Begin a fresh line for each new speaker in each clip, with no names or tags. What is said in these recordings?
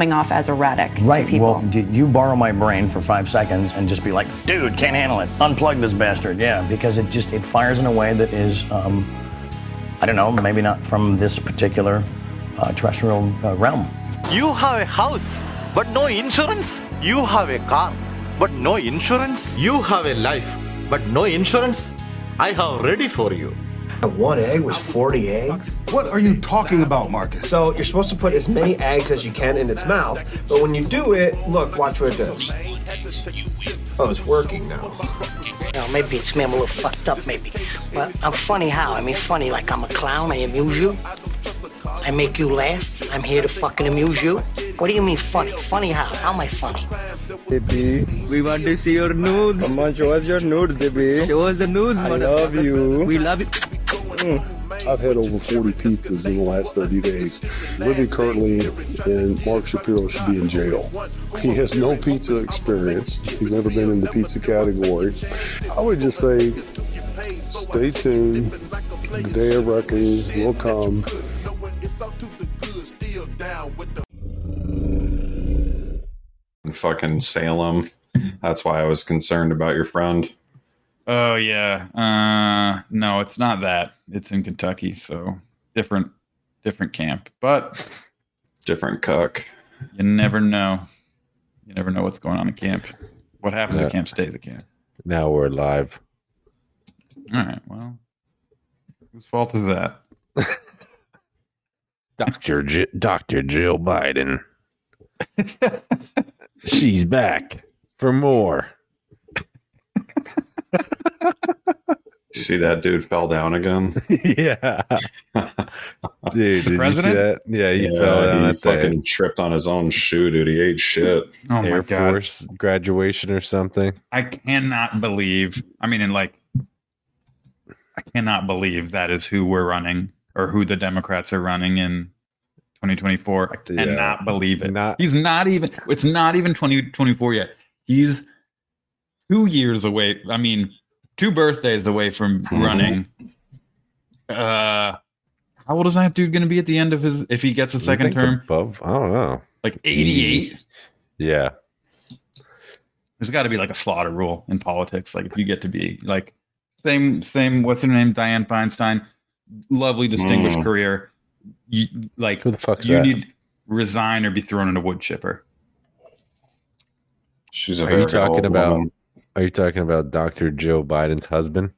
coming off as erratic
Right.
to people.
Well, d- you borrow my brain for five seconds and just be like, dude, can't handle it. Unplug this bastard. Yeah, because it just it fires in a way that is, um, I don't know, maybe not from this particular uh, terrestrial uh, realm.
You have a house, but no insurance. You have a car, but no insurance. You have a life, but no insurance. I have ready for you.
One egg was 40 eggs.
What are you talking about, Marcus?
So you're supposed to put as many eggs as you can in its mouth, but when you do it, look, watch what it does. Oh, it's working now.
You know, maybe it's me. I'm a little fucked up, maybe. But I'm funny how? I mean, funny like I'm a clown. I amuse you. I make you laugh. I'm here to fucking amuse you. What do you mean funny? Funny how? How am I funny?
Dippy. We want to see your nudes. Come on, show us your nudes, Dippy. Show us the nudes, I love you. We love you.
I've had over 40 pizzas in the last 30 days. Living currently in Mark Shapiro should be in jail. He has no pizza experience. He's never been in the pizza category. I would just say stay tuned. The day of reckoning will come.
in fucking Salem. That's why I was concerned about your friend.
Oh yeah. Uh no, it's not that. It's in Kentucky, so different different camp. But
Different cuck.
you never know. You never know what's going on in camp. What happens
Yeah.
at camp stays at camp.
Now we're live.
All right. Well, whose fault is that?
Dr. J- Dr. Jill Biden. She's back for more.
You see that dude fell down again?
yeah. Dude, did you see
president?
that? Yeah, he fell down
he
at
fucking
the
tripped on his own shoe, dude. He ate shit.
Oh my
Air
god.
Force graduation or something.
I cannot believe. I mean, and like, I cannot believe that is who we're running or who the Democrats are running in 2024. I
Yeah.
cannot believe it.
Not-
He's not even. It's not even 2024 yet. He's two years away. I mean, two birthdays away from
Hmm.
Mhm.
running. Uh, how old is that dude going to be at the end of his if he gets a
You
second
think
term?
Above, I don't know.
Like 88.
Yeah.
there's got to be like a slaughter rule in politics. Like if you get to be like same same what's her name Diane Feinstein, lovely distinguished
Mm.
career. You like
Who the fuck's
you
that?
need resign or be thrown in a wood chipper.
She's a
Are you
very
talking
old
about-
woman.
Are you talking about Dr. Joe Biden's husband?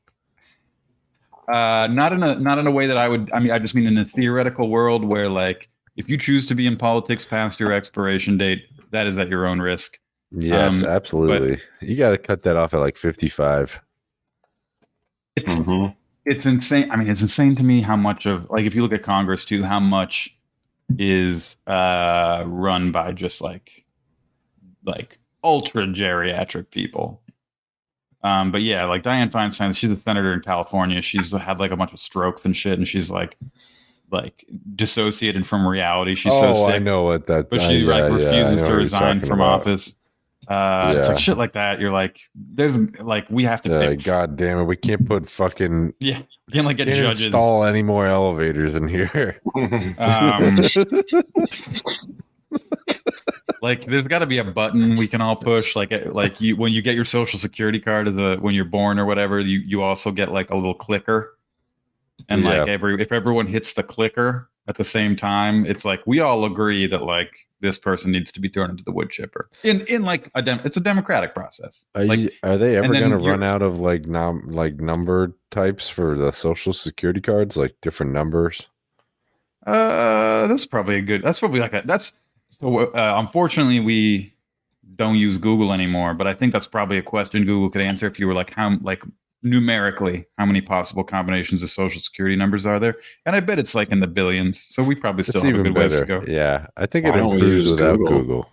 Uh, not in a not in a way that I would. I mean, I just mean in a theoretical world where like if you choose to be in politics past your expiration date, that is at your own risk.
Yes,
Um,
absolutely. You got to cut that off at like 55.
It's
Mhm.
it's insane. I mean, it's insane to me how much of like if you look at Congress too, how much is uh run by just like like ultra geriatric people. Um, but yeah, like Diane Feinstein, she's a senator in California. She's had like a bunch of strokes and shit, and she's like like dissociated from reality. She's
oh,
so sick
I know what that.
but
I-
she
yeah, yeah, I
like
know
refuses
what
to
you're
resign
talking
from
about.
office. Uh, It's
Yeah.
like shit like that. You're like, there's like we have to
Uh,
fix.
God damn it! We can't put fucking
Yeah, you can like get
can't
judges.
install any more elevators in here.
Um, like, there's got to be a button we can all push. Like, uh, like you when you get your social security card as a when you're born or whatever, you you also get like a little clicker, and like
Yeah.
every if everyone hits the clicker at the same time, it's like we all agree that like this person needs to be thrown into the wood chipper. In in like a dem, it's a democratic process.
Are,
like,
you, are they ever
and then
going to
you're-
run out of like num like number types for the social security cards, like different numbers?
Uh, that's probably a good. That's probably like a. That's so. Uh, unfortunately, we don't use Google anymore. But I think that's probably a question Google could answer if you were like how like numerically how many possible combinations of social security numbers are there? And I bet it's like in the billions. So we probably still
it's
have a
even
good ways
better.
to go.
Yeah, I think it
Why don't we
improves
use
without
Google?
Google.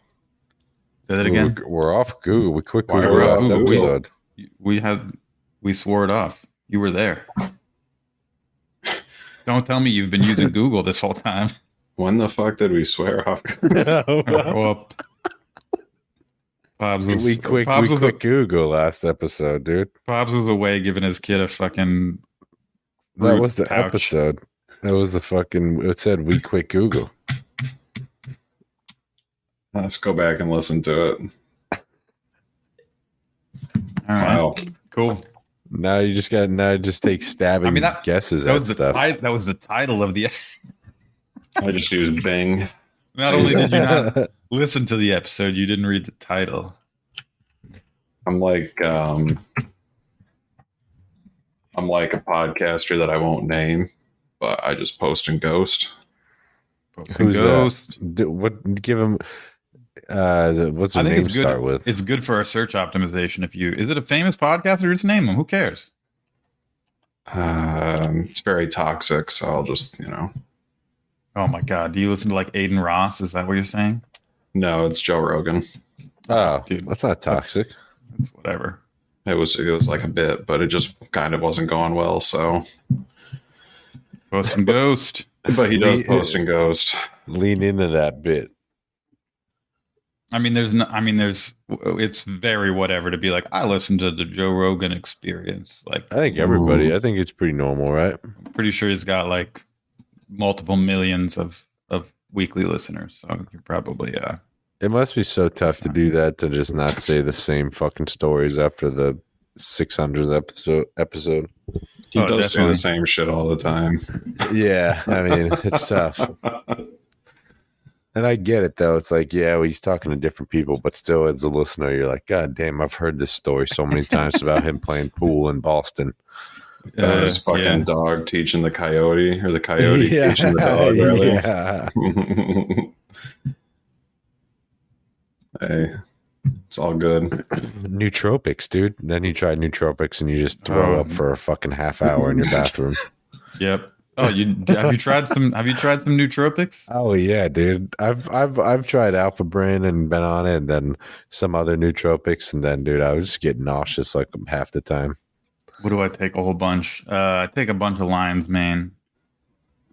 Say that again.
We're, we're off Google. We quit
Why
Google
we're off
last
Google?
episode.
We had we swore it off. You were there. Don't tell me you've been using Google this whole time.
When the fuck did we swear off?
well, Bob's was,
we quit,
Bob's
we
was a-
quit Google last episode, dude.
Bob's was away giving his kid a fucking.
That
fruit
was the
pouch.
episode. That was the fucking. It said we quit Google.
Let's go back and listen to it.
All right.
Wow.
Cool.
Now you just got now just take stabbing
I mean, that-
guesses
That
at
was, the
stuff.
ti- that was the title of the.
I just used Bing.
Not only did you not listen to the episode, you didn't read the title.
I'm like um I'm like a podcaster that I won't name, but I just post and ghost.
Who's that?
Ghost.
Do, what? Give him. Uh, the- what's her name
it's good.
start with?
It's good for our search optimization. If you is it a famous podcaster, just name them. Who cares?
Um, it's very toxic, so I'll just, you know.
Oh my god, do you listen to like Aiden Ross? Is that what you're saying?
No, it's Joe Rogan.
Oh,
Dude,
that's not toxic.
It's whatever.
It was it was like a bit, but it just kind of wasn't going well, so
Post and Ghost. uh,
but he does
Lee-
post and ghost.
Lean into that bit.
I mean, there's no. I mean, there's. It's very whatever to be like. I listen to the Joe Rogan Experience. Like,
I think everybody. I think it's pretty normal, right?
I'm pretty sure he's got like multiple millions of of weekly listeners. So you're probably uh
It must be so tough to do that to just not say the same fucking stories after the 600th episode. Episode.
He
Oh,
does say
definitely.
the same shit all the time.
Yeah, I mean it's tough, and I get it though. It's like, yeah, well, he's talking to different people, but still, as a listener, you're like, God damn, I've heard this story so many times about him playing pool in Boston.
Uh, his
Uh,
fucking
yeah.
dog teaching the coyote, or the coyote teaching the dog, rather.
yeah.
hey, it's all good.
nootropics, dude. Then you try nootropics and you just throw
Oh.
up for a fucking half hour in your bathroom.
Yep. Oh, you have you tried some? Have you tried some nootropics?
oh yeah, dude. I've I've I've tried Alpha Brain and been on it, and then some other nootropics, and then dude, I was just getting nauseous like half the time.
What do I take? A whole bunch. Uh, I take a bunch of Lion's Mane.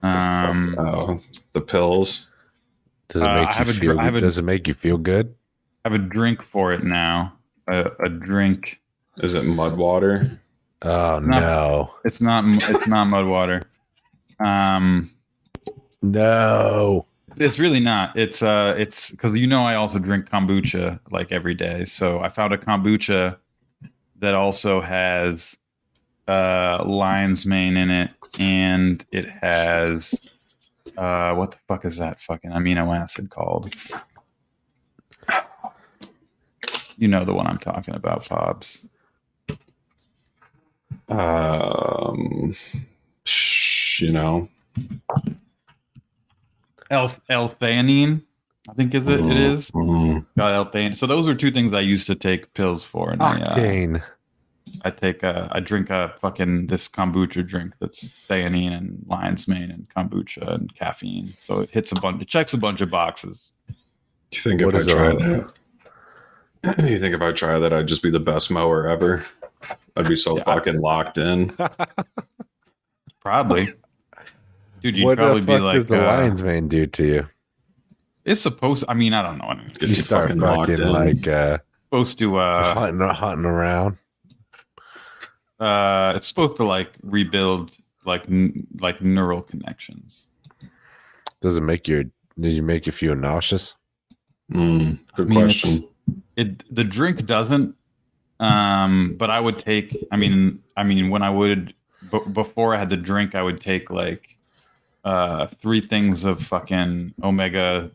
Um,
Oh, the pills.
Does it
Uh,
make
I have
you
a dr-
feel?
I have a-
does it make you feel good?
I have a drink for it now. A, a drink.
Is it mud water?
Oh no,
It's not. It's not mud water. Um,
no.
it's really not. It's uh, it's because you know I also drink kombucha like every day. So I found a kombucha that also has uh lion's mane in it, and it has uh, what the fuck is that fucking amino acid called? You know the one I'm talking about, Pobs.
Um, sh- you know,
L L-theanine, I think is it. It is.
Mm.
Got L-theanine. So those were two things I used to take pills for, and I, uh,
Octane.
I take a, I drink a fucking this kombucha drink that's theanine and lion's mane and kombucha and caffeine. So it hits a bunch, it checks a bunch of boxes.
You think
What
if
is
I try that?
that?
You think if I try that, I'd just be the best mower ever? I'd be so fucking locked in.
Probably. Dude, you'd
what the
probably
fuck
be like,
does the
uh,
lion's mane do to you?
it's supposed. I mean, I don't know. I mean,
Get
You start fucking, like uh,
supposed to. Uh,
hunting, hunting around.
uh, it's supposed to like rebuild like n- like neural connections.
Does it make your? Did you make you feel nauseous?
Mm, good
I mean, it's-
question.
It the drink doesn't. Um, but I would take. I mean, I mean, when I would b- before I had the drink, I would take like uh three things of fucking omega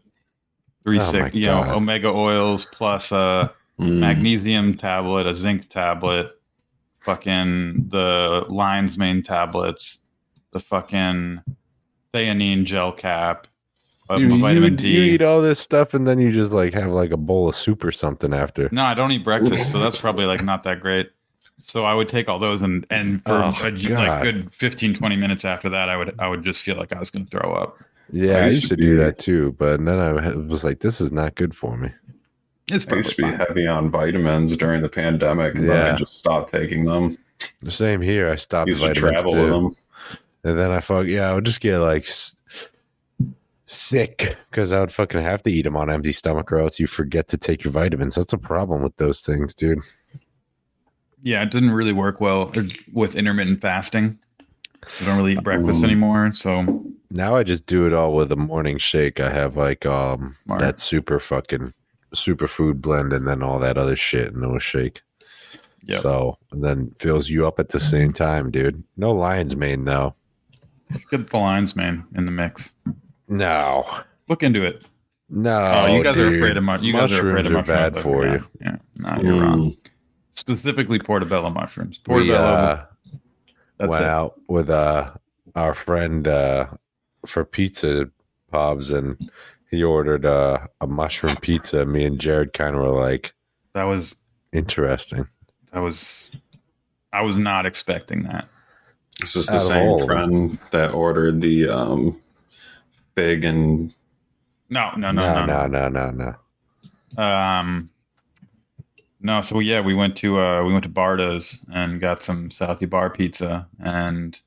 three
Oh
six,
my
you know,
God.
omega oils plus uh, a
Mm.
magnesium tablet, a zinc tablet, fucking the lion's mane tablets, the fucking theanine gel cap, uh,
you, you-
vitamin D.
you eat all this stuff and then you just like have like a bowl of soup or something after.
No, I don't eat breakfast, so that's probably like not that great. So I would take all those and and for
Oh,
a, like
God.
good 15 20 minutes after that I would I would just feel like I was going to throw up.
Yeah,
I
I
used
used
to
to do
be-
that too, but then I ha- was like, this is not good for me.
It's
I
probably
used to be
fine.
heavy on vitamins during the pandemic, and then I
Yeah.
just stopped taking them.
The same here. I stopped
used to
vitamins
travel
too,
with them.
and then I fuck yeah, I would just get like s- sick because I would fucking have to eat them on empty stomach, or else you forget to take your vitamins. That's a problem with those things, dude.
Yeah, it didn't really work well with intermittent fasting. I don't really eat breakfast
Mm.
anymore, so
Now I just do it all with a morning shake. I have like um
Smart.
that super fucking superfood blend and then all that other shit and no shake.
Yep.
So and then fills you up at the same time, dude. No lion's mane though.
Get the lion's mane in the mix.
No.
Look into it.
No.
Oh, you guys are
dude.
afraid of mu- you guys are afraid of
Mushrooms
mushrooms,
are
I
bad for
forgot.
you. Hmm.
Yeah, no, you're wrong. Specifically portobello mushrooms.
we
Portobello.
uh,
That's
went
it.
out with uh, our friend uh, for pizza pubs, and he ordered uh, a mushroom pizza. Me and Jared kind of were like,
"That was
interesting."
That was I was not expecting that.
This is
Out
the
of
same
all of them.
friend that ordered the um, fig and
No, no, no,
no,
no,
no, no, no, no.
Um, no, so yeah, we went to uh, we went to Bardo's and got some Southie Bar pizza, and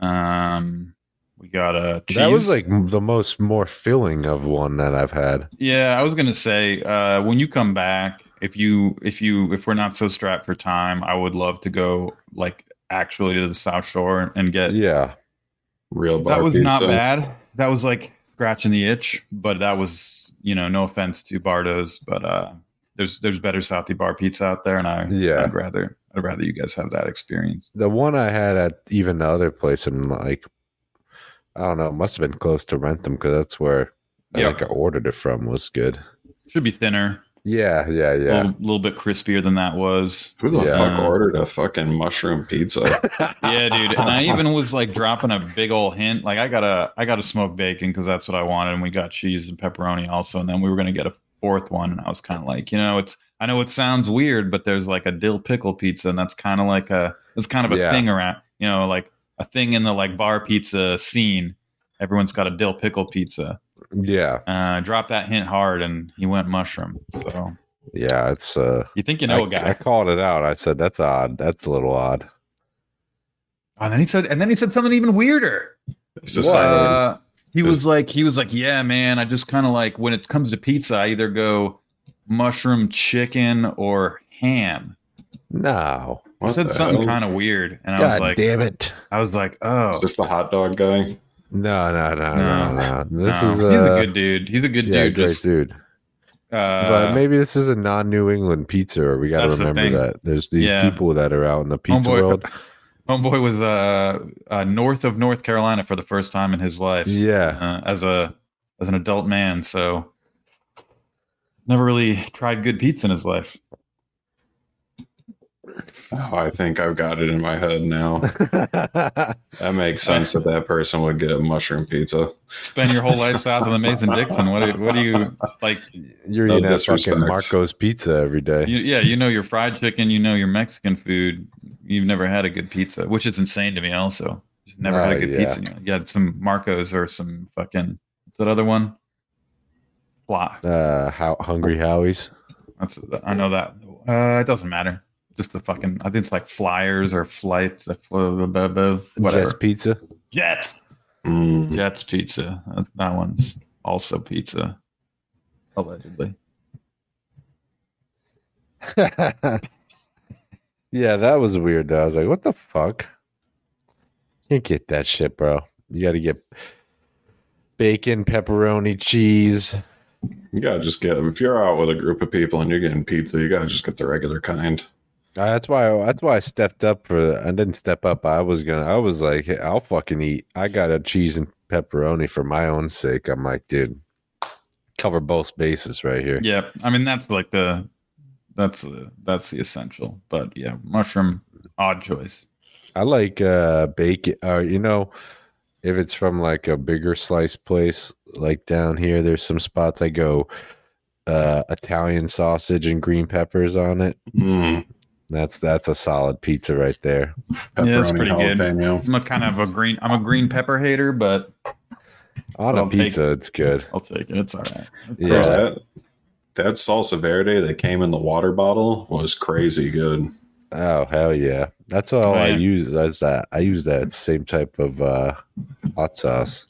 um, we got a cheese.
That was like the most more filling of one that I've had.
yeah, I was gonna say uh, when you come back, if you if you if we're not so strapped for time, I would love to go like actually to the South Shore and get
yeah
real bar
that was not
pizza.
bad. That was like scratching the itch, but that was you know no offense to Bardo's, but uh, there's there's better Southie bar pizza out there, and I
Yeah.
I'd rather I'd rather you guys have that experience.
The one I had at even the other place, and like, I don't know, must have been close to Rentham because that's where
Yeah.
I think I ordered it from. Was good.
Should be thinner,
Yeah, yeah,
a
yeah.
little, little bit crispier than that was.
Who the
Yeah.
fuck ordered a fucking mushroom pizza?
yeah, dude. And I even was like dropping a big old hint. Like I got a I got a smoked bacon because that's what I wanted, and we got cheese and pepperoni also, and then we were gonna get a fourth one, and I was kind of like, you know, it's I know it sounds weird, but there's like a dill pickle pizza, and that's kind of like a it's kind of a
Yeah.
thing around, you know, like a thing in the like bar pizza scene. Everyone's got a dill pickle pizza.
Yeah,
Uh, I dropped that hint hard, and he went mushroom. So
yeah. It's uh,
you think you know a
I,
guy?
I called it out. I said that's odd. That's a little odd.
Oh, and then he said, and then he said something even weirder.
It's just like-
Uh, he was
It's-
like, he was like, yeah, man. I just kind of like when it comes to pizza, I either go mushroom, chicken, or ham.
No,
He said something kind of weird, and I was
God
like,
damn it!
I was like, oh,
Is this the hot dog guy?
No, no, no, no, no. This
no.
is
he's
uh,
a good dude. He's a good
yeah,
dude.
great
Just,
dude.
uh,
but maybe this is a non-New England pizza. or We got to
That's the
remember
thing.
that there's these
Yeah.
people that are out in the pizza
Homeboy-
world.
homeboy was uh, uh, north of North Carolina for the first time in his life.
Yeah,
uh, as a as an adult man. So never really tried good pizza in his life.
Oh, I think I've got it in my head now.
Uh-huh.
that makes sense that that person would get a mushroom pizza.
Spend your whole life south of the Mason Dixon. What do, what do you like?
You're
No
eating that
disrespect.
fucking Marco's pizza every day.
You, yeah, you know your fried chicken. You know your Mexican food. You've never had a good pizza, which is insane to me. Also, You've never
Uh,
had
Oh,
a good
yeah.
pizza. in your life. You had some Marcos or some fucking what's that other one? Blah.
uh, how hungry Howie's?
That's, I know that. Uh, it doesn't matter. Just the fucking. I think it's like flyers or flights. uh, blah, blah, blah, blah, Whatever.
Jets pizza.
Jets.
Mm.
Jets pizza. That- That one's also pizza, allegedly.
yeah, that was weird. Though. I was like, what the fuck? You get that shit, bro. You got to get bacon, pepperoni, cheese.
You gotta just get if you're out with a group of people and you're getting pizza, you gotta just get the regular kind.
Uh, that's why. That's why I stepped up for. The, I didn't step up. I was gonna. I was like, "Hey, I'll fucking eat. I got a cheese and pepperoni for my own sake. I'm like, dude, cover both bases right here.
Yeah, I mean that's like the that's the that's the essential. But yeah, mushroom, odd choice.
I like uh bacon uh you know if it's from like a bigger slice place like down here there's some spots I go uh Italian sausage and green peppers on it.
Mm.
That's that's a solid pizza right there.
Yeah, it's pretty good.
jalapeno.
I'm a kind of a green. I'm a green pepper hater, but
On
I'll
a
take
pizza it's good.
I'll take it. It's all right.
Bro,
Yeah.
that, that salsa verde that came in the water bottle was crazy good.
Oh hell yeah. That's all
Oh,
I
yeah.
use as that I use that same type of uh hot sauce.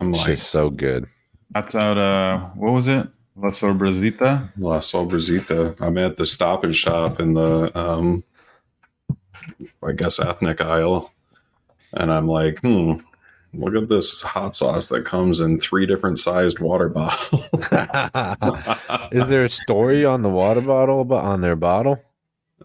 I'm
It's
like
just so good.
That's out. Uh, what was it? La Sobrasita.
La Sobrazita. I'm at the stop and shop in the um I guess ethnic aisle. And I'm like, hmm, Look at this hot sauce that comes in three different sized water bottles.
Is there a story on the water bottle, but on their bottle?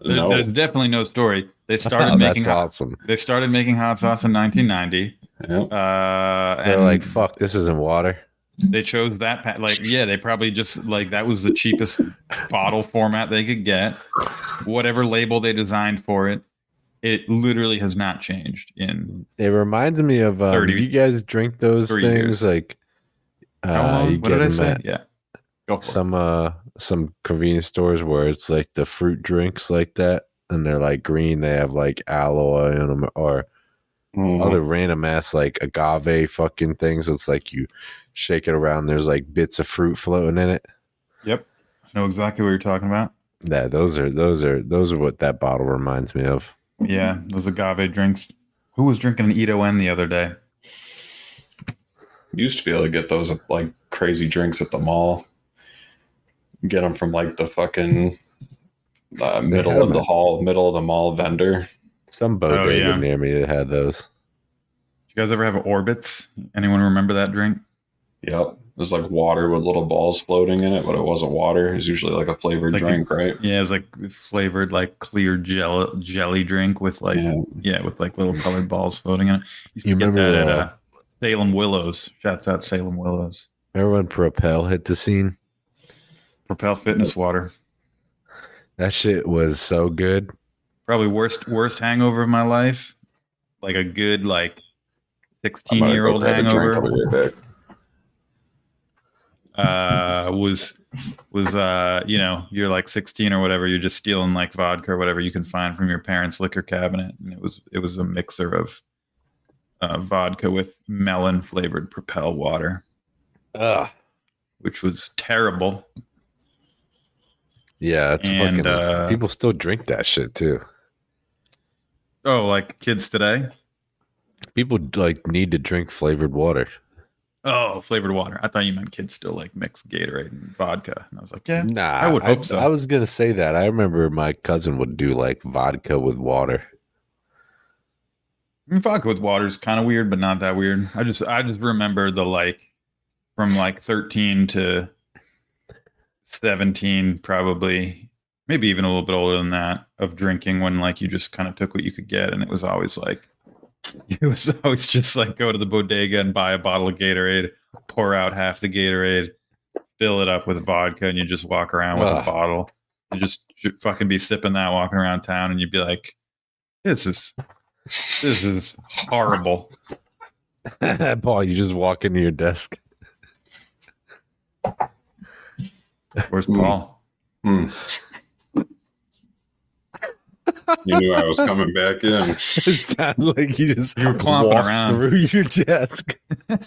There-
No.
There's definitely no story. They started
That's
making hot,
awesome.
They started making hot sauce in 1990. Uh,
They're
and
like, fuck, this isn't water.
they chose that. Pa- like, yeah, they probably just like that was the cheapest bottle format they could get. Whatever label they designed for it, it literally has not changed in
It reminds me of um,
30
you guys drink those
three
things
years.
like
How
uh,
long?
you
What
get
did I
them
say?
at
Yeah.
some uh some convenience stores where it's like the fruit drinks like that and they're like green they have like aloe in them or
Mm-hmm.
other random ass like agave fucking things it's like you shake it around there's like bits of fruit floating in it
Yep. I know exactly what you're talking about.
yeah those are those are those are what that bottle reminds me of
Yeah, those agave drinks. Who was drinking an Edo N the other day?
Used to be able to get those like crazy drinks at the mall. Get them from like the fucking uh, middle of the hall, middle of the mall vendor.
Some
bodega Oh, yeah.
near me that had those.
You guys ever have Orbits? Anyone remember that drink?
Yep. It was like water with little balls floating in it, but it wasn't water. It was usually like a flavored
Like a-
drink, right?
Yeah, it was like flavored like clear jelly jelly drink with like yeah, with like little colored balls floating in it. Used to
You
get
remember,
that at
uh,
uh, Salem Willows. Shouts out Salem Willows.
remember when propel hit the scene
Propel Fitness water.
that shit was so good
Probably worst worst hangover of my life. Like a good like
I'm
sixteen
gonna
year
go
old
grab a drink.
hangover.
I'll be right back.
uh, was was uh, you know you're like 16 or whatever you're just stealing like vodka or whatever you can find from your parents liquor cabinet and it was it was a mixer of uh, vodka with melon flavored propel water
Ugh.
which was terrible
yeah it's
And,
fucking
uh,
people still drink that shit too
oh like kids today
People like need to drink flavored water.
oh flavored water i thought you meant kids still like mix gatorade and vodka and i was like yeah
Nah,
i would hope so
I was gonna say that. I remember my cousin would do like vodka with water.
I mean, vodka with water is kind of weird, but not that weird. I just I just remember the like from like thirteen to seventeen, probably maybe even a little bit older than that, of drinking when like you just kind of took what you could get, and it was always like it was always just like go to the bodega and buy a bottle of Gatorade, pour out half the Gatorade, fill it up with vodka, and you just walk around with a
Ugh.
bottle. You just fucking be sipping that walking around town, and you'd be like, "This is this is horrible."
Paul, you just walk into your desk.
Where's Paul?
Hmm. you knew I was coming back in.
it sounded like you just
You were clomping
walked
around.
through your desk.
I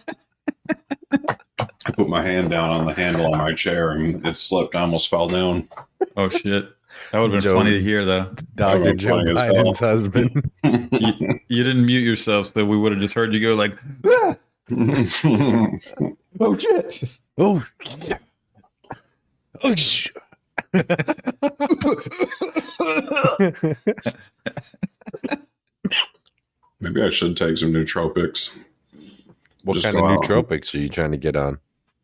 put my hand down on the handle on my chair and it slipped. I almost fell down.
Oh shit, that would have been
Joe-
funny to hear though.
Doctor
I'm
Joe
playing as well.
Biden's husband.
You, you didn't mute yourself, so we would have just heard you go like, "Ah!"
oh shit! Oh, oh shit!
Maybe I should take some nootropics.
What
Just
kind
go
of
out.
nootropics are you trying to get on?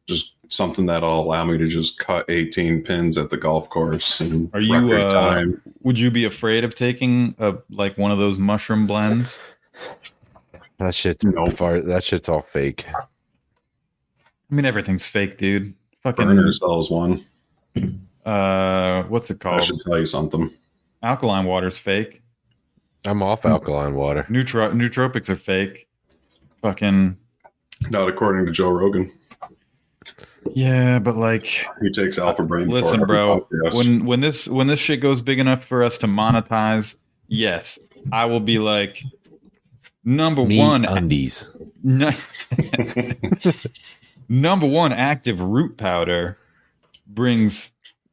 Just something that'll allow me to just cut 18 pins at the golf course. And
"Are you?
record
Uh,
time.
would you be afraid of taking a like one of those mushroom blends?"
That shit's
No.
far, that shit's all fake.
I mean, everything's fake, dude.
Burner
Fucking
sells one.
uh, what's it
I
Oh.
called?
should tell you something.
Alkaline water's fake.
I'm off alkaline water.
Neutro- nootropics are fake. Fucking
Not according to Joe Rogan.
yeah, but like
He takes Alpha Brain. for
Listen,
every
bro.
podcast.
When when this when this shit goes big enough for us to monetize, yes, I will be like number
Me uh,
one.
undies.
nu- number one, active root powder brings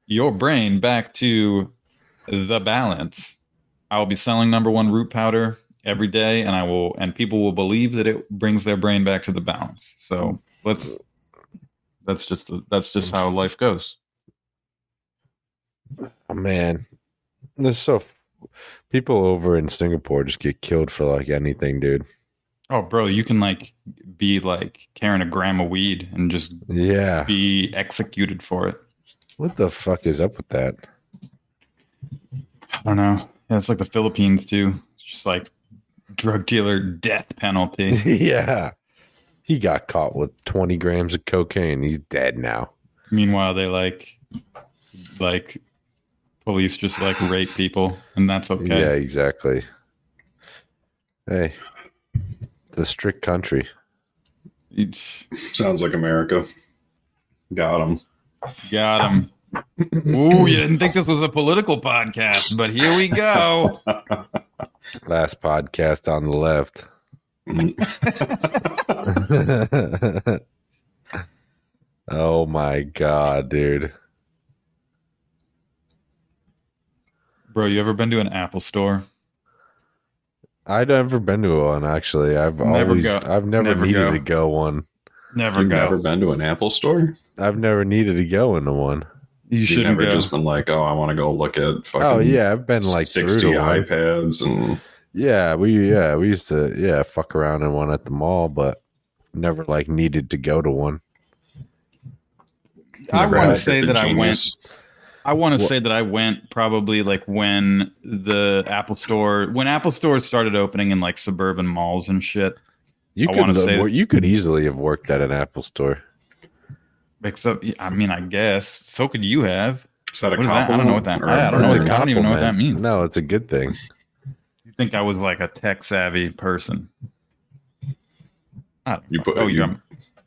your brain back to the balance. I will be selling number one root powder every day, and I will, and people will believe that it brings their brain back to the balance. So let's. That's just that's just how life goes.
Oh, man, there's so people over in Singapore just get killed for like anything, dude.
Oh, bro, you can like be like carrying a gram of weed and just
yeah
be executed for it.
What the fuck is up with that?
I don't know. Yeah, it's like the Philippines too. It's just like drug dealer death penalty.
yeah. He got caught with 20 grams of cocaine. He's dead now.
Meanwhile, they like like police just like rape people, and that's okay.
Yeah, exactly. Hey, the strict country.
Sounds like America. Got him.
Got him. Ooh, you didn't think this was a political podcast, but here we go.
Last podcast on the left. oh my god, dude.
Bro, you ever been to an Apple store?
I've never been to one actually. I've
Never
always
go.
I've never,
Never
needed
go.
to go one.
Never
You've
go.
never been to an Apple store?
I've never needed to go into one.
You
You've
shouldn't
never
go.
just been like, oh, I want to go look at fucking
Oh yeah, I've been like through
60
to one.
iPads and
Yeah, we yeah, we used to yeah, fuck around in one at the mall, but never like needed to go to one.
I
Never
want
had
to say
the
that I went.
genius.
I want to
Wha-
say that I went probably like when the Apple Store, when Apple Stores started opening in like suburban malls and shit.
You
I
could
wanna
have-
say-
you could easily have worked at an Apple store.
Except, I mean, I guess so. Could you have?
Is that a
What is that? I don't know what that.
compliment or
I don't, know
It's a
what- I don't even know what that
compliment.
means.
No, it's a good thing.
You think I was like a tech savvy person? I don't
you put
Oh,
you,
you're.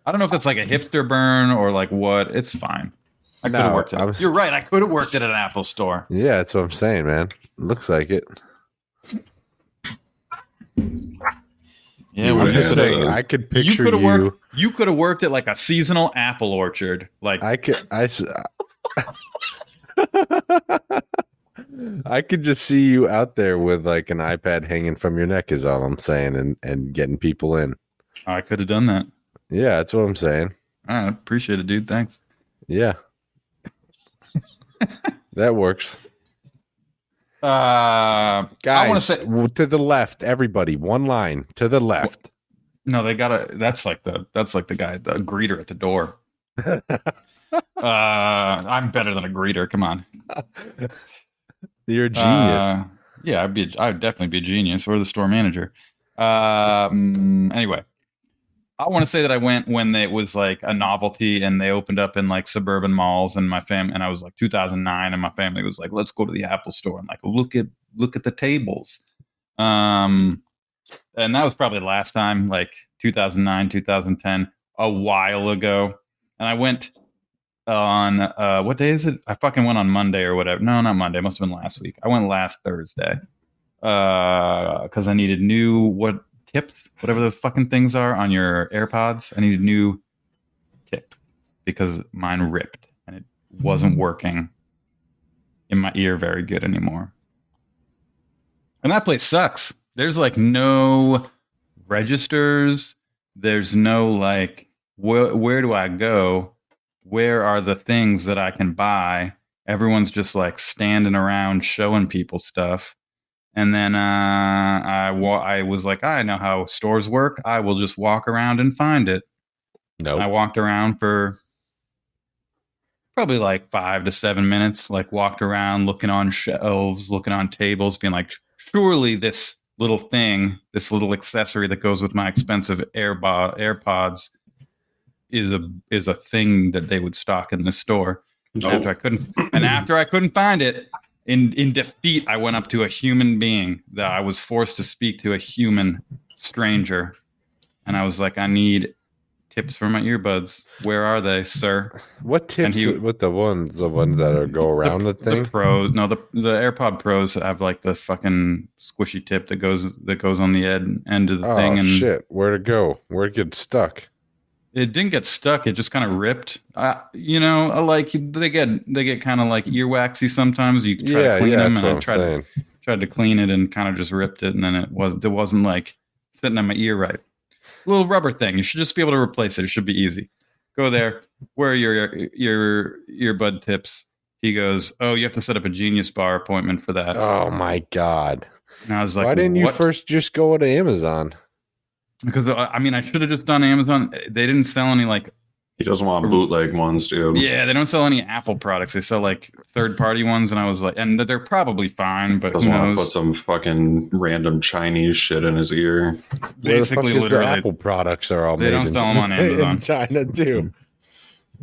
I don't know if that's like a hipster burn or like what. It's fine. I could have
No,
worked at.
I was-
You're right. I could have worked at an Apple store.
Yeah, that's what I'm saying, man. Looks like it.
Yeah,
You would've
we
I'm
could
just
had
saying,
a-
I could picture
you could
you.
have worked. You could have worked at like a seasonal apple orchard. Like
I could. I. s- I could just see you out there with like an iPad hanging from your neck. Is all I'm saying, and and getting people in.
I could have done that.
Yeah, that's what I'm saying.
All right, appreciate it, dude. Thanks.
Yeah, that works,
Uh,
guys.
I want to say
w- to the left, everybody. One line to the left.
no. They gotta. That's like the. That's like the guy, the greeter at the door. uh, I'm better than a greeter. Come on.
You're a genius.
Uh, yeah, I'd be. I'd definitely be a genius or the store manager. Um. Anyway, I want to say that I went when it was like a novelty, and they opened up in like suburban malls, and my fam and I was like 2009, and my family was like, "Let's go to the Apple Store and like look at look at the tables." Um, and that was probably the last time, like 2009, 2010, a while ago. And I went on uh what day is it? I fucking went on Monday or whatever. No, not Monday. It must have been last week. I went last Thursday. Uh because I needed new what tips, whatever those fucking things are on your AirPods. I needed new tip because mine ripped and it wasn't working in my ear very good anymore. And that place sucks. There's like no registers. There's no like where where do I go? where are the things that I can buy? Everyone's just like standing around showing people stuff. And then uh, I wa- I was like, I know how stores work. I will just walk around and find it.
no,
I walked around for probably like five to seven minutes, like walked around looking on shelves, looking on tables, being like, surely this little thing, this little accessory that goes with my expensive AirPod, AirPods is a is a thing that they would stock in the store. And
Oh.
after I couldn't and after I couldn't find it, in in defeat, I went up to a human being that I was forced to speak to a human stranger. And I was like, I need tips for my earbuds. Where are they, sir?
what tips?
he-
what the ones? The ones that are go around the, thing?
The pros, no, the the AirPod Pros have like the fucking squishy tip that goes that goes on the end end of the
oh
thing, and
shit! Where to go? Where to get stuck?
it didn't get stuck. It just kind of ripped. Uh, you know, I like they get they get kind of like earwaxy sometimes. You can try
Yeah,
to clean
yeah,
them,
that's
and
what
I
I'm
tried
saying.
tried to clean it and kind of just ripped it, and then it was it wasn't like sitting on my ear right. Little rubber thing. You should just be able to replace it. It should be easy. Go there. Where are your your earbud tips? He goes, oh, you have to set up a Genius Bar appointment for that.
Oh my god!
And I was like,
Why didn't you
"What?"
first just go to Amazon?
Because uh, I mean, I should have just done Amazon. They didn't sell any like.
He doesn't want bootleg ones, dude.
Yeah, they don't sell any Apple products. They sell like third party ones, and I was like, and they're probably fine, but who
Doesn't want to put
knows?
some fucking random Chinese shit in his ear.
Where the fuck Basically, is the literally. Apple
products are all
They don't sell them on Amazon.
China too.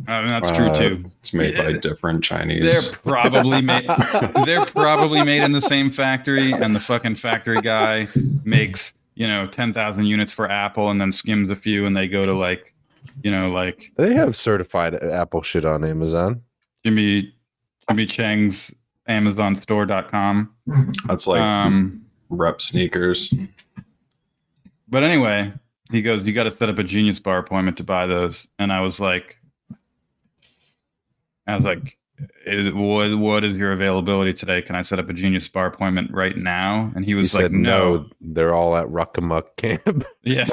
I mean,
Uh,
that's true too.
Uh,
Eh,
It's made by different Chinese.
They're probably made. they're probably made in the same factory, and the fucking factory guy makes you know ten thousand units for Apple, and then skims a few, and they go to like, you know, like
They have certified Apple shit on Amazon.
Jimmy Jimmy Chang's AmazonStore.com.
That's like
uh,
rep sneakers.
Um, But anyway, he goes, "You got to set up a Genius Bar appointment to buy those." And I was like, "I was like, "Is- what what is your availability today? Can I set up a Genius Bar appointment right now?" And he
He
was
said,
like, "No,
no, they're all at Ruckamuck camp.
yeah."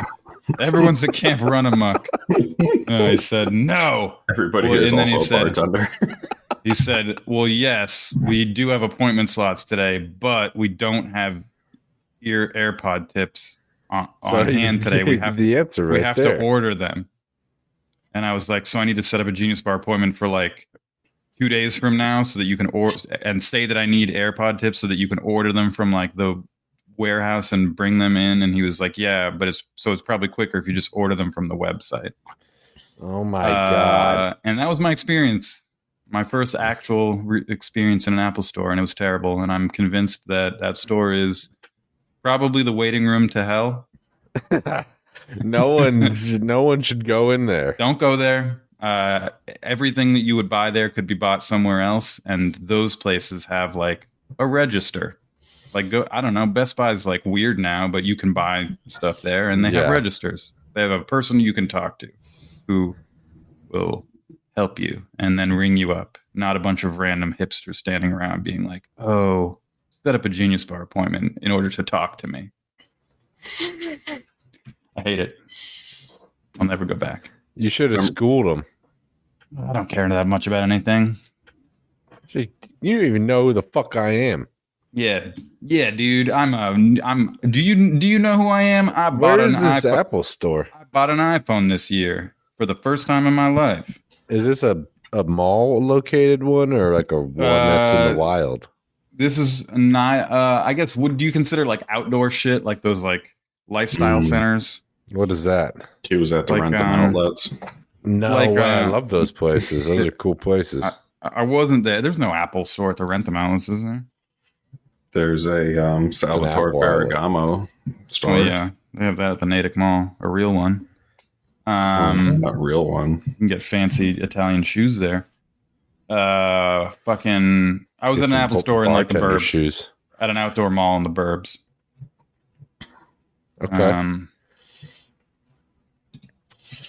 Everyone's at Camp Run Amok. And I said, no.
Everybody here is
and then he
also a
said-
bartender.
he said, Well, yes, we do have appointment slots today, but we don't have ear AirPod tips on,
So
on
he
hand today. We
gave
have
the answer
we
right
have
there.
to order them. And I was like, So I need to set up a Genius Bar appointment for like two days from now so that you can order and say that I need AirPod tips so that you can order them from like the warehouse and bring them in. And he was like, Yeah, but it's so it's probably quicker if you just order them from the website.
Oh my
Uh,
god!
And that was my experience, my first actual re- experience in an Apple store, and it was terrible. And I'm convinced that that store is probably the waiting room to hell.
No one, should, no one should go in there.
Don't go there. Uh, everything that you would buy there could be bought somewhere else, and those places have like a register. Like go, I don't know. Best Buy's like weird now, but you can buy stuff there, and they
Yeah.
have registers. They have a person you can talk to, who will help you and then ring you up. Not a bunch of random hipsters standing around being like, "Oh, set up a Genius Bar appointment in order to talk to me." I hate it. I'll never go back.
You should
Um,
have schooled them.
I don't care that much about anything.
You don't even know who the fuck I am.
Yeah, yeah, dude. I'm a. I'm. Do you do you know who I am? I bought
Where
an
is this
iPhone.
Apple store?
I bought an iPhone this year for the first time in my life.
Is this a a mall located one or like a one that's in
Uh,
the wild?
This is not. Uh, I guess. Would do you consider like outdoor shit, like those like lifestyle
Hmm.
Mm.
centers?
What is that?
He was at the
Like,
rent them
um,
outlets.
No,
like,
way, I
uh,
love those places. Those are cool places.
I, I wasn't there. There's no Apple store at the rent them outlets, is there? Oh,
There's a um, Salvatore
Apple outlet.
Ferragamo store.
Oh yeah, they have that at the Natick Mall, a real one.
Um,
Um,
not real one.
you can get fancy Italian shoes there. Uh, fucking. I was
Get
at an
some
Apple
bar-
store in like the
bartender
burbs,
Shoes.
at an outdoor mall in the burbs.
Okay.
Um,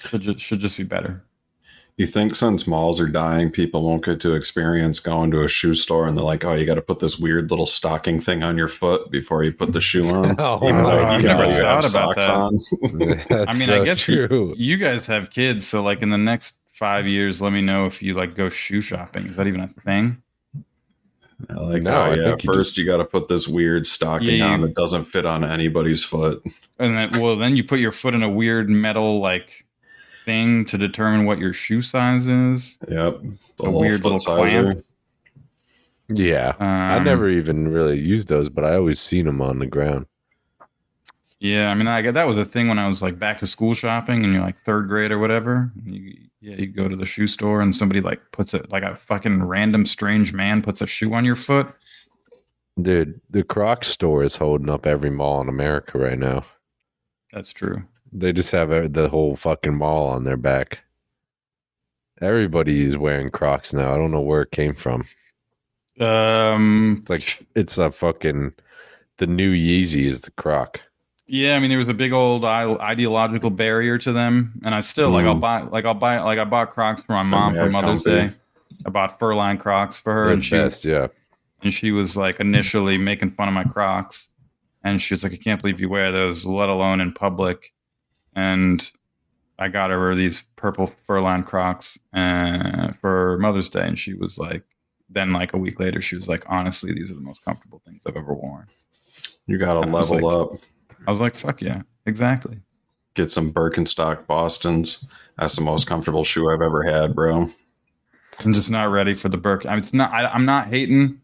should just, should just be better.
You think since malls are dying, people won't get to experience going to a shoe store and they're like, oh, you got to put this weird little stocking thing on your foot before you put the shoe on.
Oh
Even
my
though
I've
you
never
know you have
thought about
socks
that.
on.
That's
I mean,
so
I guess you-
true.
You, guys have kids, so like in the next five years, let me know if you like go shoe shopping. Is that even a thing?
Like,
No,
oh,
I
yeah,
think you
first you got to put this weird stocking
Yeah, you-
on that doesn't fit on anybody's foot.
And then, well, then you put your foot in a weird metal like thing to determine what your shoe size is.
Yep. The
A weird little clamp.
yeah,
Um,
I never even really used those, but I always seen them on the ground.
Yeah, I mean, I got that was a thing when I was like back to school shopping, and you're like third grade or whatever. and You, yeah, you go to the shoe store, and somebody like puts it like a fucking random strange man puts a shoe on your foot.
Dude, the Crocs store is holding up every mall in America right now.
That's true.
They just have uh, the whole fucking mall on their back. Everybody is wearing Crocs now. I don't know where it came from.
Um,
It's like it's a fucking the new Yeezy is the Croc.
Yeah, I mean there was a big old i- ideological barrier to them, and I still like I'll
Mm.
buy like I'll buy like I bought Crocs for my mom
they're
for Mother's
comfy.
Day. I bought fur lined Crocs for her,
They're
and she
best, yeah.
and she was like initially making fun of my Crocs, and she was like, "I can't believe you wear those, let alone in public." And I got her these purple fur lined Crocs uh, for Mother's Day, and she was like, then like a week later, she was like, "Honestly, these are the most comfortable things I've ever worn."
You got to
I was
level
like-
up.
I was like, "Fuck yeah, exactly."
get some Birkenstock Boston's. That's the most comfortable shoe I've ever had, bro.
I'm just not ready for the Birkin. I mean, It's not. I, I'm not hating.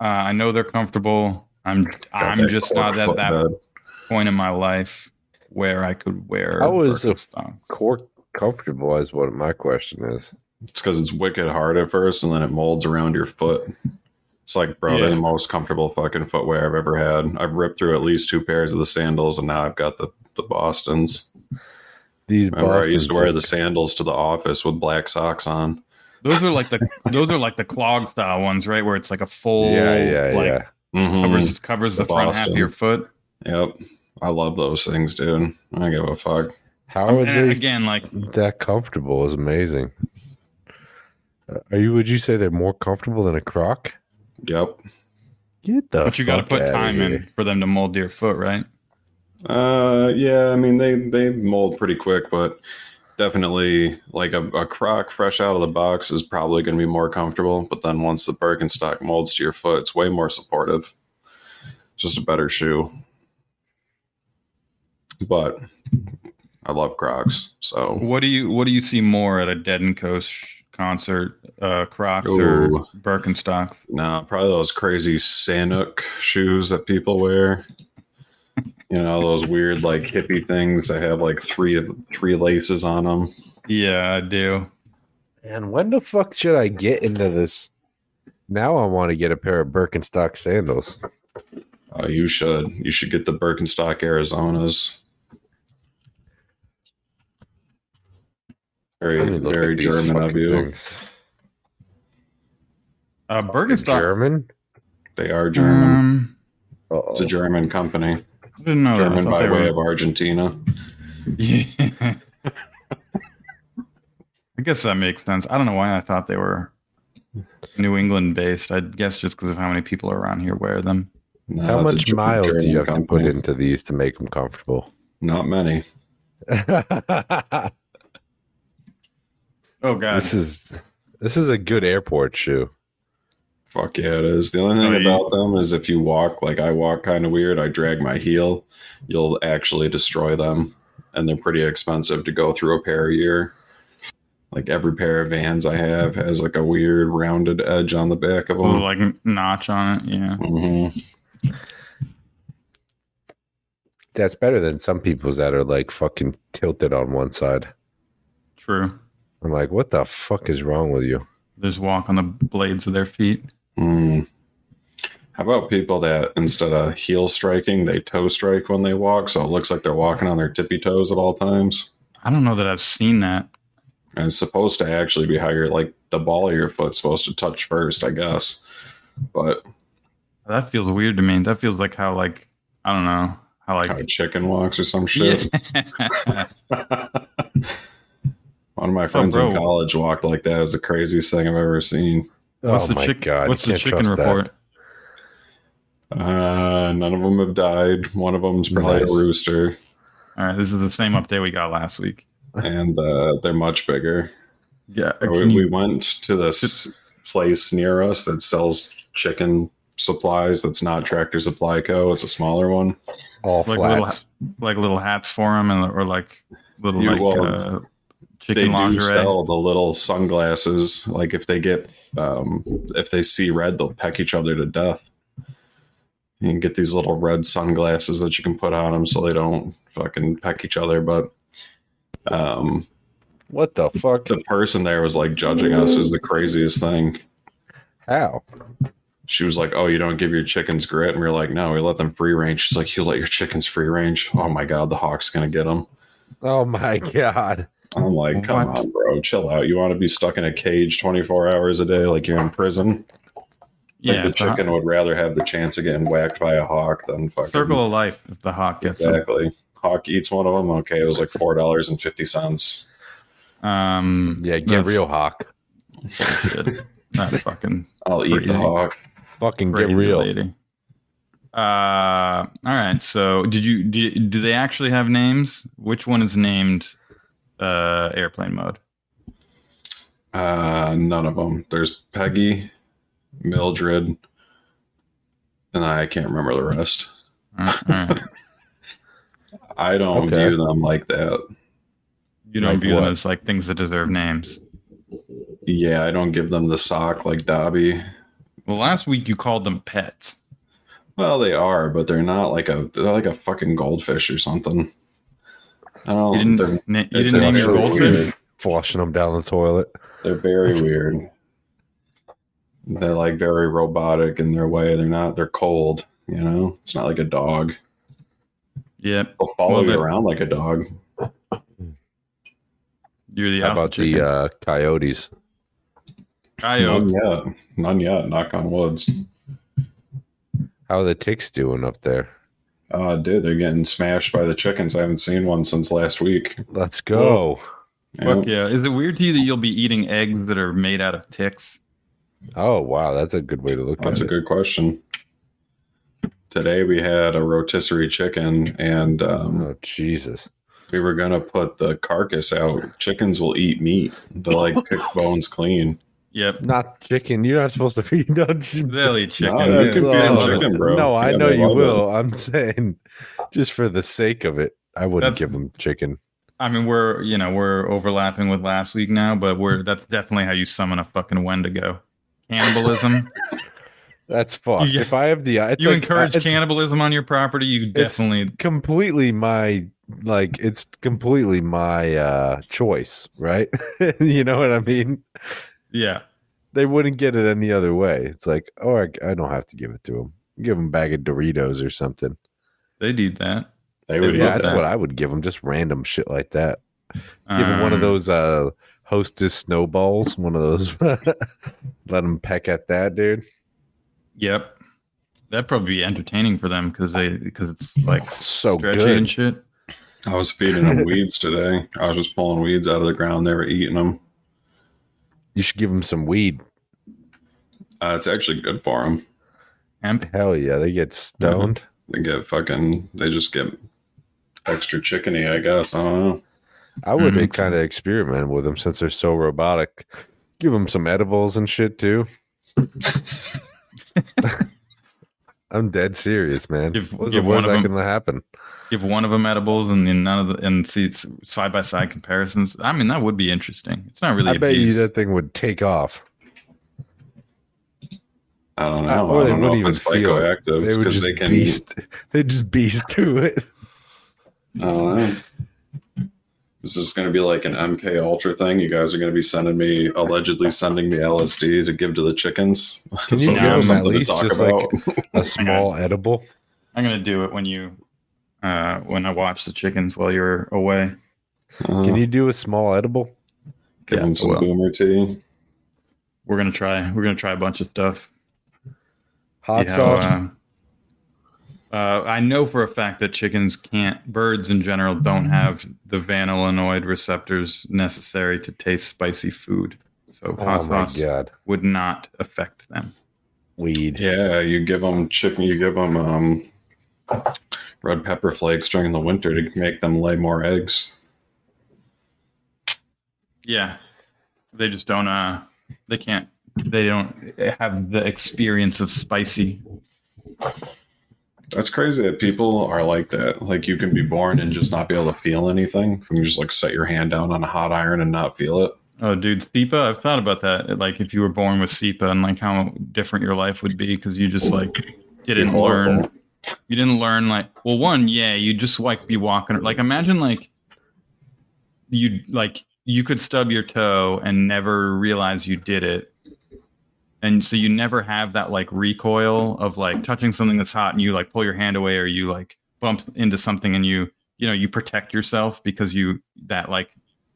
Uh, I know they're comfortable. I'm. I'm
that
just not at
cork
that
footbed.
point in my life where I could wear.
How is a
Birkenstocks.
cork comfortable? Is what my question is.
It's because it's wicked hard at first, and then it molds around your foot. It's like, bro, they're
Yeah.
the most comfortable fucking footwear I've ever had. I've ripped through at least two pairs of the sandals, and now I've got the the Boston's.
These
Remember, I used to
Bostons
wear
are-
the sandals to the office with black socks on.
Those are like the those are like the clog style ones, right? Where it's like a full
Yeah, yeah,
like
yeah. Mhm.
covers covers the,
The
front half
Boston.
of your foot.
Yep, I love those things, dude. I don't give a fuck.
How are
And
they
again, like
that comfortable? Is amazing. Uh, Are you? Would you say they're more comfortable than a croc?
Yep.
Get the.
but you got to
fuck
put
outta
time
here.
in for them to mold to your foot, right?
Uh, yeah. I mean, they they mold pretty quick, but definitely like a, a croc fresh out of the box is probably going to be more comfortable. But then once the Birkenstock molds to your foot, it's way more supportive. It's just a better shoe. But I love Crocs, so
What do you what do you see more at a Dead and Coast sh- concert? Uh, Crocs or
Ooh.
Birkenstocks?
No, probably those crazy Sanuk shoes that people wear. You know those weird like hippie things that have like three of three laces on them.
Yeah, I do.
And when the fuck should I get into this? Now I want to get a pair of Birkenstock sandals.
Oh, you should. You should get the Birkenstock Arizonas. Very,
I need to look
very
at these
German of
fucking
you.
things.
Uh, Birkenstock.
German?
They are German.
Um,
it's a German company.
I didn't know. that. I
German
thought
by
they
way
were-
of Argentina.
Yeah. I guess that makes sense. I don't know why I thought they were New England based. I guess just because of how many people around here wear them.
No,
How
it's a
much
Ger-
miles do
German
you have to put
company.
into these to make them comfortable?
Not many.
Oh god.
This is this is a good airport shoe.
Fuck yeah, it is. The only thing
Oh, yeah.
about them is if you walk like I walk kind of weird, I drag my heel, you'll actually destroy them. And they're pretty expensive to go through a pair a year. Like every pair of vans I have has like a weird rounded edge on the back of
Little,
them.
like notch on it. Yeah.
Mhm.
That's better than some people's that are like fucking tilted on one side.
True.
I'm like, what the fuck is wrong with you?
There's walk on the blades of their feet.
Mm. How about people that instead of heel striking, they toe strike when they walk, so it looks like they're walking on their tippy toes at all times?
I don't know that I've seen that.
And it's supposed to actually be how you're like the ball of your foot's supposed to touch first, I guess. But
That feels weird to me. That feels like how like I don't know how like
how a chicken walks or some shit.
Yeah.
One of my friends
Oh, bro.
in college walked like that. It was the craziest thing I've ever seen.
what's
oh
the
my
chick-
god!
What's the
can't
chicken
trust that.
report?
Uh, none of them have died. One of them's probably
Nice.
a rooster,
All right, this is the same update we got last week.
and uh, they're much bigger.
Yeah,
We,
can you-
we went to this place near us that sells chicken supplies. That's not Tractor Supply Co. It's a smaller one.
All
like little
flats.
like little hats for them, and or like little
You-
like
well,
uh,
they
chicken lingerie.
do sell the little sunglasses. Like if they get um, if they see red, they'll peck each other to death. You can get these little red sunglasses that you can put on them so they don't fucking peck each other. But um,
What the fuck?
the person there was like judging us is the craziest thing.
How?
She was like, "Oh, you don't give your chickens grit," and we were like, "No, we let them free range." She's like, "You let your chickens free range? Oh my god, the hawk's gonna get them."
Oh my god!
I'm like, come
What?
on, bro, chill out. You want to be stuck in a cage 24 hours a day like you're in prison? Like
yeah,
the
it's a ho-
chicken would rather have the chance of getting whacked by a hawk than fucking
circle of life. If the hawk gets them.
exactly. Hawk eats one of them. Okay, it was like four dollars and fifty cents.
um,
Yeah, get
that's
real hawk.
bullshit. Not fucking
I'll eat
Crazy.
the hawk.
Fucking get
crazy
real.
lady. Uh, all right. So, did you do? Do they actually have names? Which one is named uh airplane mode?
Uh, none of them. There's Peggy, Mildred, and I can't remember the rest.
All right. all right.
I don't
Okay.
view them like that.
You don't
Like
view
what?
them as like things that deserve names.
Yeah, I don't give them the sock like Dobby.
Well, last week you called them pets.
Well, they are, but they're not like a they're like a fucking goldfish or something. I don't.
You didn't
Um, they're-
na- you
it's
didn't name your
very
goldfish?
weird.
Flushing them down the toilet.
They're very weird. They're like very robotic in their way. They're not. They're cold. You know, it's not like a dog.
Yep.
They'll follow
Well,
you
they're-
around like a dog.
You're the
How about the uh, coyotes?
None
coyote.
yet. None yet. Knock on woods.
How are the ticks doing up there?
Uh, dude, they're getting smashed by the chickens. I haven't seen one since last week.
Let's go.
Fuck yeah. Is it weird to you that you'll be eating eggs that are made out of ticks?
Oh wow, that's a good way to look
That's a
at it.
good question. Today we had a rotisserie chicken, and um,
Oh Jesus.
we were gonna put the carcass out. Chickens will eat meat. They like pick bones clean.
Yep.
Not chicken. You're not supposed to feed on chicken.
They'll eat chicken.
No, you
Yeah.
can feed them
all.
chicken, bro.
No, I
Yeah,
know
they
you
love
will. I'm saying just for the sake of it, I wouldn't
That's-
give them chicken.
I mean, we're you know we're overlapping with last week now, but
Mm-hmm.
we're that's definitely how you summon a fucking Wendigo. Cannibalism.
That's fucked.
Yeah.
If I have the, it's
you
like-
encourage
it's
cannibalism on your property. You definitely
completely my like it's completely my uh choice, right? you know what I mean?
yeah.
They wouldn't get it any other way. It's like, oh, I, I don't have to give it to them. Give them a bag of Doritos or something.
They do that.
They would
They
Yeah,
love
that's
that.
what I would give them. Just random shit like that. Give them
Mm.
one of
Um,
those uh hostess snowballs. One of those. Let them peck at that, dude.
Yep. That'd probably be entertaining for them because they because it's like
Oh, So
stretchy
good.
and shit.
I was feeding them weeds today. I was just pulling weeds out of the ground. They were eating them.
You should give them some weed.
Uh, it's actually good for them.
Hemp.
Hell yeah, they get
Mm-hmm.
stoned.
They get fucking. They just get extra chickeny. I guess. I don't know.
I would
Mm-hmm.
Mhm.
kind of experiment with them since they're so robotic. Give them some edibles and shit too. I'm dead serious, man.
Give-
What's
give
the
one
worst
of
that
'em-
can happen?
Give one of them edibles and then none of the and see it's side by side comparisons. I mean that would be interesting. It's not really.
I
a
bet you
piece.
that thing would take off.
I don't
Uh,
know. I don't know if it's
it. They
psychoactive
would
because
just
they can.
beast. They just beast to it.
I don't know. This is going to be like an MK Ultra thing. You guys are going to be sending me, allegedly sending me LSD to give to the chickens.
Can you
So
give
we have
'em at
something to
least
talk
just, like,
about. Uh-huh.
A small edible.
I'm gonna do it when you uh when I watch the chickens while you're away.
Uh,
Can you do a small edible?
give them
Yeah,
some
well.
boomer tea.
We're gonna try we're gonna try a bunch of stuff.
Hot
See how,
sauce.
uh, uh, I know for a fact that chickens can't birds in general don't have the vanillinoid receptors necessary to taste spicy food. So hot
oh my
sauce
god,
would not affect them.
weed.
Yeah, you give them chicken. You give them um, red pepper flakes during the winter to make them lay more eggs.
Yeah. They just don't uh they can't they don't have the experience of spicy.
That's crazy that people are like that. Like you can be born and just not be able to feel anything. You can just like set your hand down on a hot iron and not feel it.
Oh, dude, SEPA. I've thought about that. Like, if you were born with SEPA and like how different your life would be because you just like didn't
horrible.
learn. You didn't learn like well, one, yeah, you just like be walking. Like, imagine like you like you could stub your toe and never realize you did it, and so you never have that like recoil of like touching something that's hot and you like pull your hand away or you like bump into something and you you know you protect yourself because you that like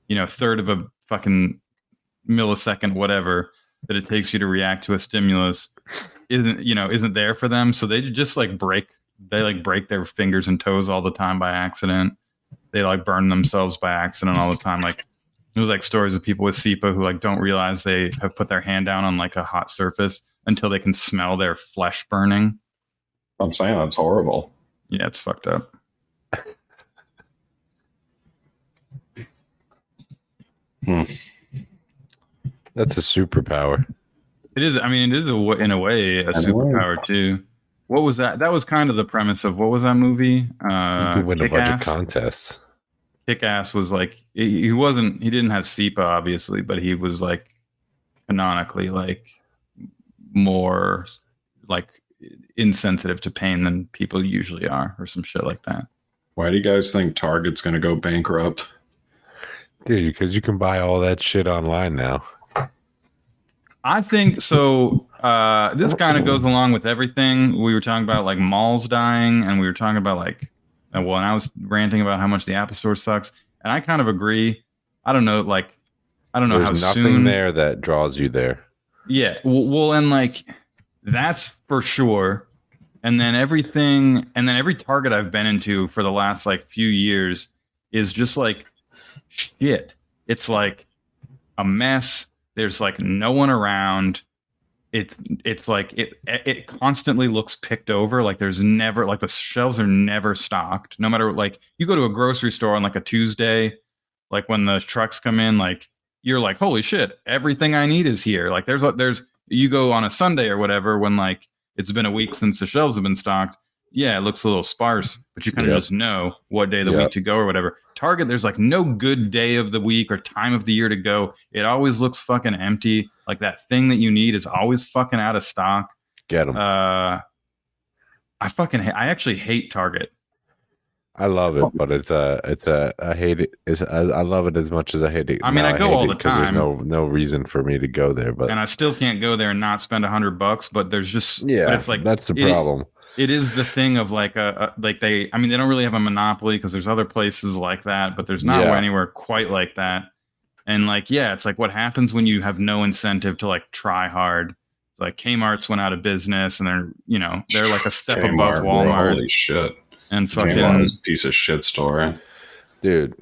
you know third of a fucking millisecond whatever that it takes you to react to a stimulus isn't you know isn't there for them so they just like break they like break their fingers and toes all the time by accident they like burn themselves by accident all the time like there's like stories of people with SEPA who like don't realize they have put their hand down on like a hot surface until they can smell their flesh burning.
I'm saying that's horrible.
Yeah, it's fucked up.
That's a superpower.
It is. I mean, it is a wa- in a way
In
a
a way.
superpower too. What was that? That was kind of the premise of what was that movie? Uh,
you could win a bunch
Kick-Ass?
of contests.
kick ass was like he he wasn't he didn't have SEPA obviously, but he was like canonically like more like insensitive to pain than people usually are, or some shit like that.
Why do you guys think Target's going to go bankrupt?
Dude, because you can buy all that shit online now.
I think so. Uh, this kind of goes along with everything we were talking about, like malls dying, and we were talking about like, uh, well, and I was ranting about how much the Apple Store sucks, and I kind of agree. I don't know, like, I don't know
There's
how
nothing
soon
there that draws you there.
Yeah. Well, well, and like that's for sure. And then everything, and then every target I've been into for the last like few years is just like shit. It's like a mess. There's like no one around. It's it's like it it constantly looks picked over. Like there's never like the shelves are never stocked. No matter like you go to a grocery store on like a Tuesday, like when the trucks come in, like you're like, holy shit, everything I need is here. Like there's a there's you go on a Sunday or whatever when like it's been a week since the shelves have been stocked. Yeah, it looks a little sparse, but you kind of
Yep.
just know what day of the
Yep.
week to go or whatever. Target, there's like no good day of the week or time of the year to go. It always looks fucking empty. Like that thing that you need is always fucking out of stock.
Get them.
Uh, I fucking ha- I actually hate Target.
I love it, but it's uh it's uh I hate it. It's, I, I love it as much as I hate it.
I mean, I go
hate
all
it
the
'cause There's
time.
no no reason for me to go there, but
and I still can't go there and not spend a hundred bucks. But there's just
yeah,
but it's like
that's the
it-
problem.
It is the thing of like a, a like they. I mean, they don't really have a monopoly because there's other places like that, but there's not
Yeah.
anywhere quite like that. And like, yeah, it's like what happens when you have no incentive to like try hard. It's like Kmart's went out of business, and they're you know they're like a step above
Kmart, bro,
Walmart
Holy shit.
and fucking
Kmart is a piece of shit store.
Dude,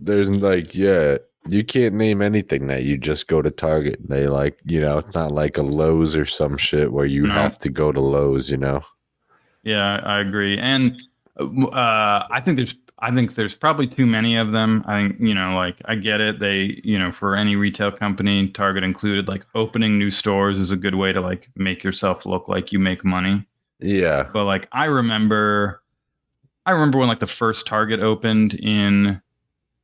there's like yeah, you can't name anything that you just go to Target. They like you know, it's not like a Lowe's or some shit where you
No.
have to go to Lowe's. You know,
Yeah, I agree, and uh, I think there's I think there's probably too many of them. I think you know, like I get it. They you know, for any retail company, Target included, like opening new stores is a good way to like make yourself look like you make money.
yeah.
But like I remember, I remember when like the first Target opened in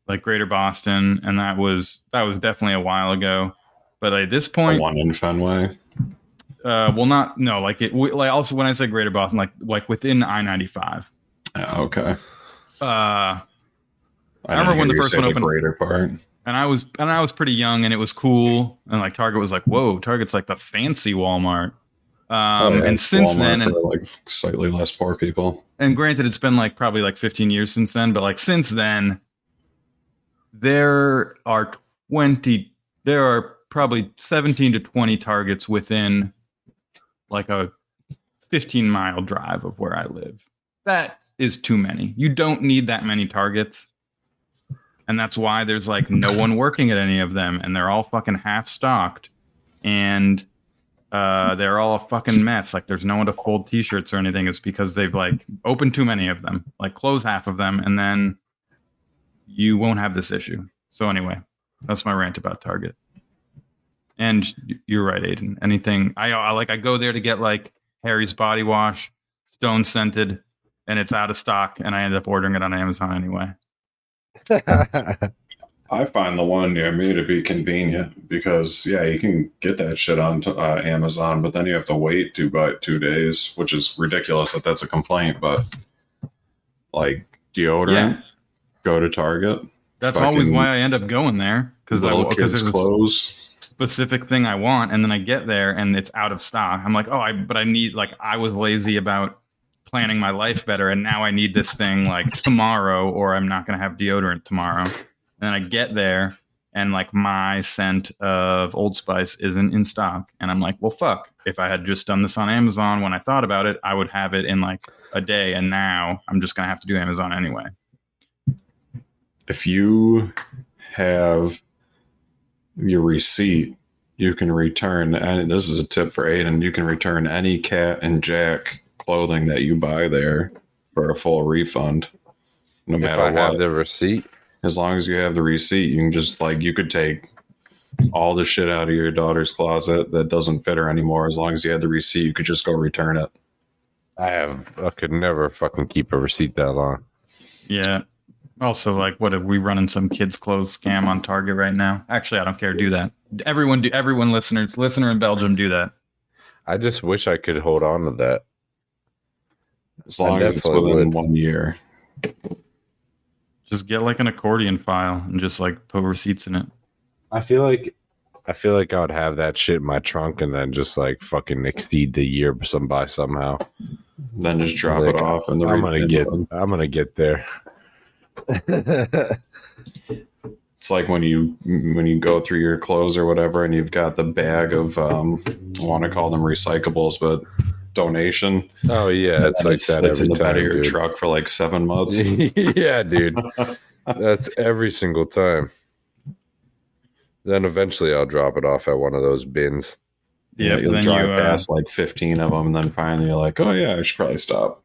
like Greater Boston, and that was that was definitely a while ago. But at this
The
point,
one in Fenway.
uh, well, not no, like it, w- like also when I say Greater Boston, like like within I ninety five.
Yeah, okay.
Uh, I
didn't
remember when
hear
the
you
first
say
one
the
opened.
Greater part.
and I was and I was pretty young, and it was cool. And like Target was like, "Whoa, Target's like the fancy Walmart." Um,
Oh, yeah,
and since
Walmart
then, and,
for, like slightly less poor people.
and granted, it's been like probably like 15 years since then, but like since then, there are 20, there are probably 17 to 20 targets within like a 15 mile drive of where I live. That is too many. You don't need that many targets. And that's why there's like no one working at any of them and they're all fucking half stocked and uh, they're all a fucking mess. Like there's no one to fold t-shirts or anything. It's because they've like opened too many of them, like close half of them and then you won't have this issue. So anyway, that's my rant about Target. And y- you're right, Aiden. Anything I, I like, I go there to get like Harry's body wash, stone scented, and it's out of stock, and I end up ordering it on Amazon anyway.
I find the one near me to be convenient because yeah, you can get that shit on uh, Amazon, but then you have to wait two by two days, which is ridiculous. That that's a complaint, but like deodorant, go to Target.
That's always
Fucking
why I end up going there because
little kids
there's a
clothes.
specific thing I want, and then I get there and it's out of stock. I'm like, oh, I but I need like I was lazy about planning my life better, and now I need this thing like tomorrow, or I'm not gonna have deodorant tomorrow. And then I get there and like my scent of Old Spice isn't in stock, and I'm like, well, fuck. If I had just done this on Amazon when I thought about it, I would have it in like a day, and now I'm just gonna have to do Amazon anyway.
If you have your receipt, you can return. And this is a tip for Aiden: you can return any Cat and Jack clothing that you buy there for a full refund, no
if
matter
I
what.
have the receipt,
as long as you have the receipt, you can just like you could take all the shit out of your daughter's closet that doesn't fit her anymore. As long as you had the receipt, you could just go return it.
I have. I could never fucking keep a receipt that long.
Yeah. Also, like, what are we running some kids' clothes scam on Target right now? Actually, I don't care. Do that. Everyone, do everyone, listeners, listener in Belgium, do that.
I just wish I could hold on to that.
As long as it's within one year.
Just get like an accordion file and just like put receipts in it.
I feel like I feel like I would have that shit in my trunk and then just like fucking exceed the year some by somehow.
Then just drop it off and the
I'm gonna
refund
get
them.
I'm gonna get there.
It's like when you when you go through your clothes or whatever, and you've got the bag of um, I want to call them recyclables, but donation.
Oh yeah, it's like that
It's in
every
the
time.
bed of your
dude.
truck for like seven months.
yeah, dude. That's every single time. Then eventually I'll drop it off at one of those bins.
Yeah,
you'll
but then
drive
you, uh,
past like fifteen of them, and then finally you're like, oh yeah, I should probably stop.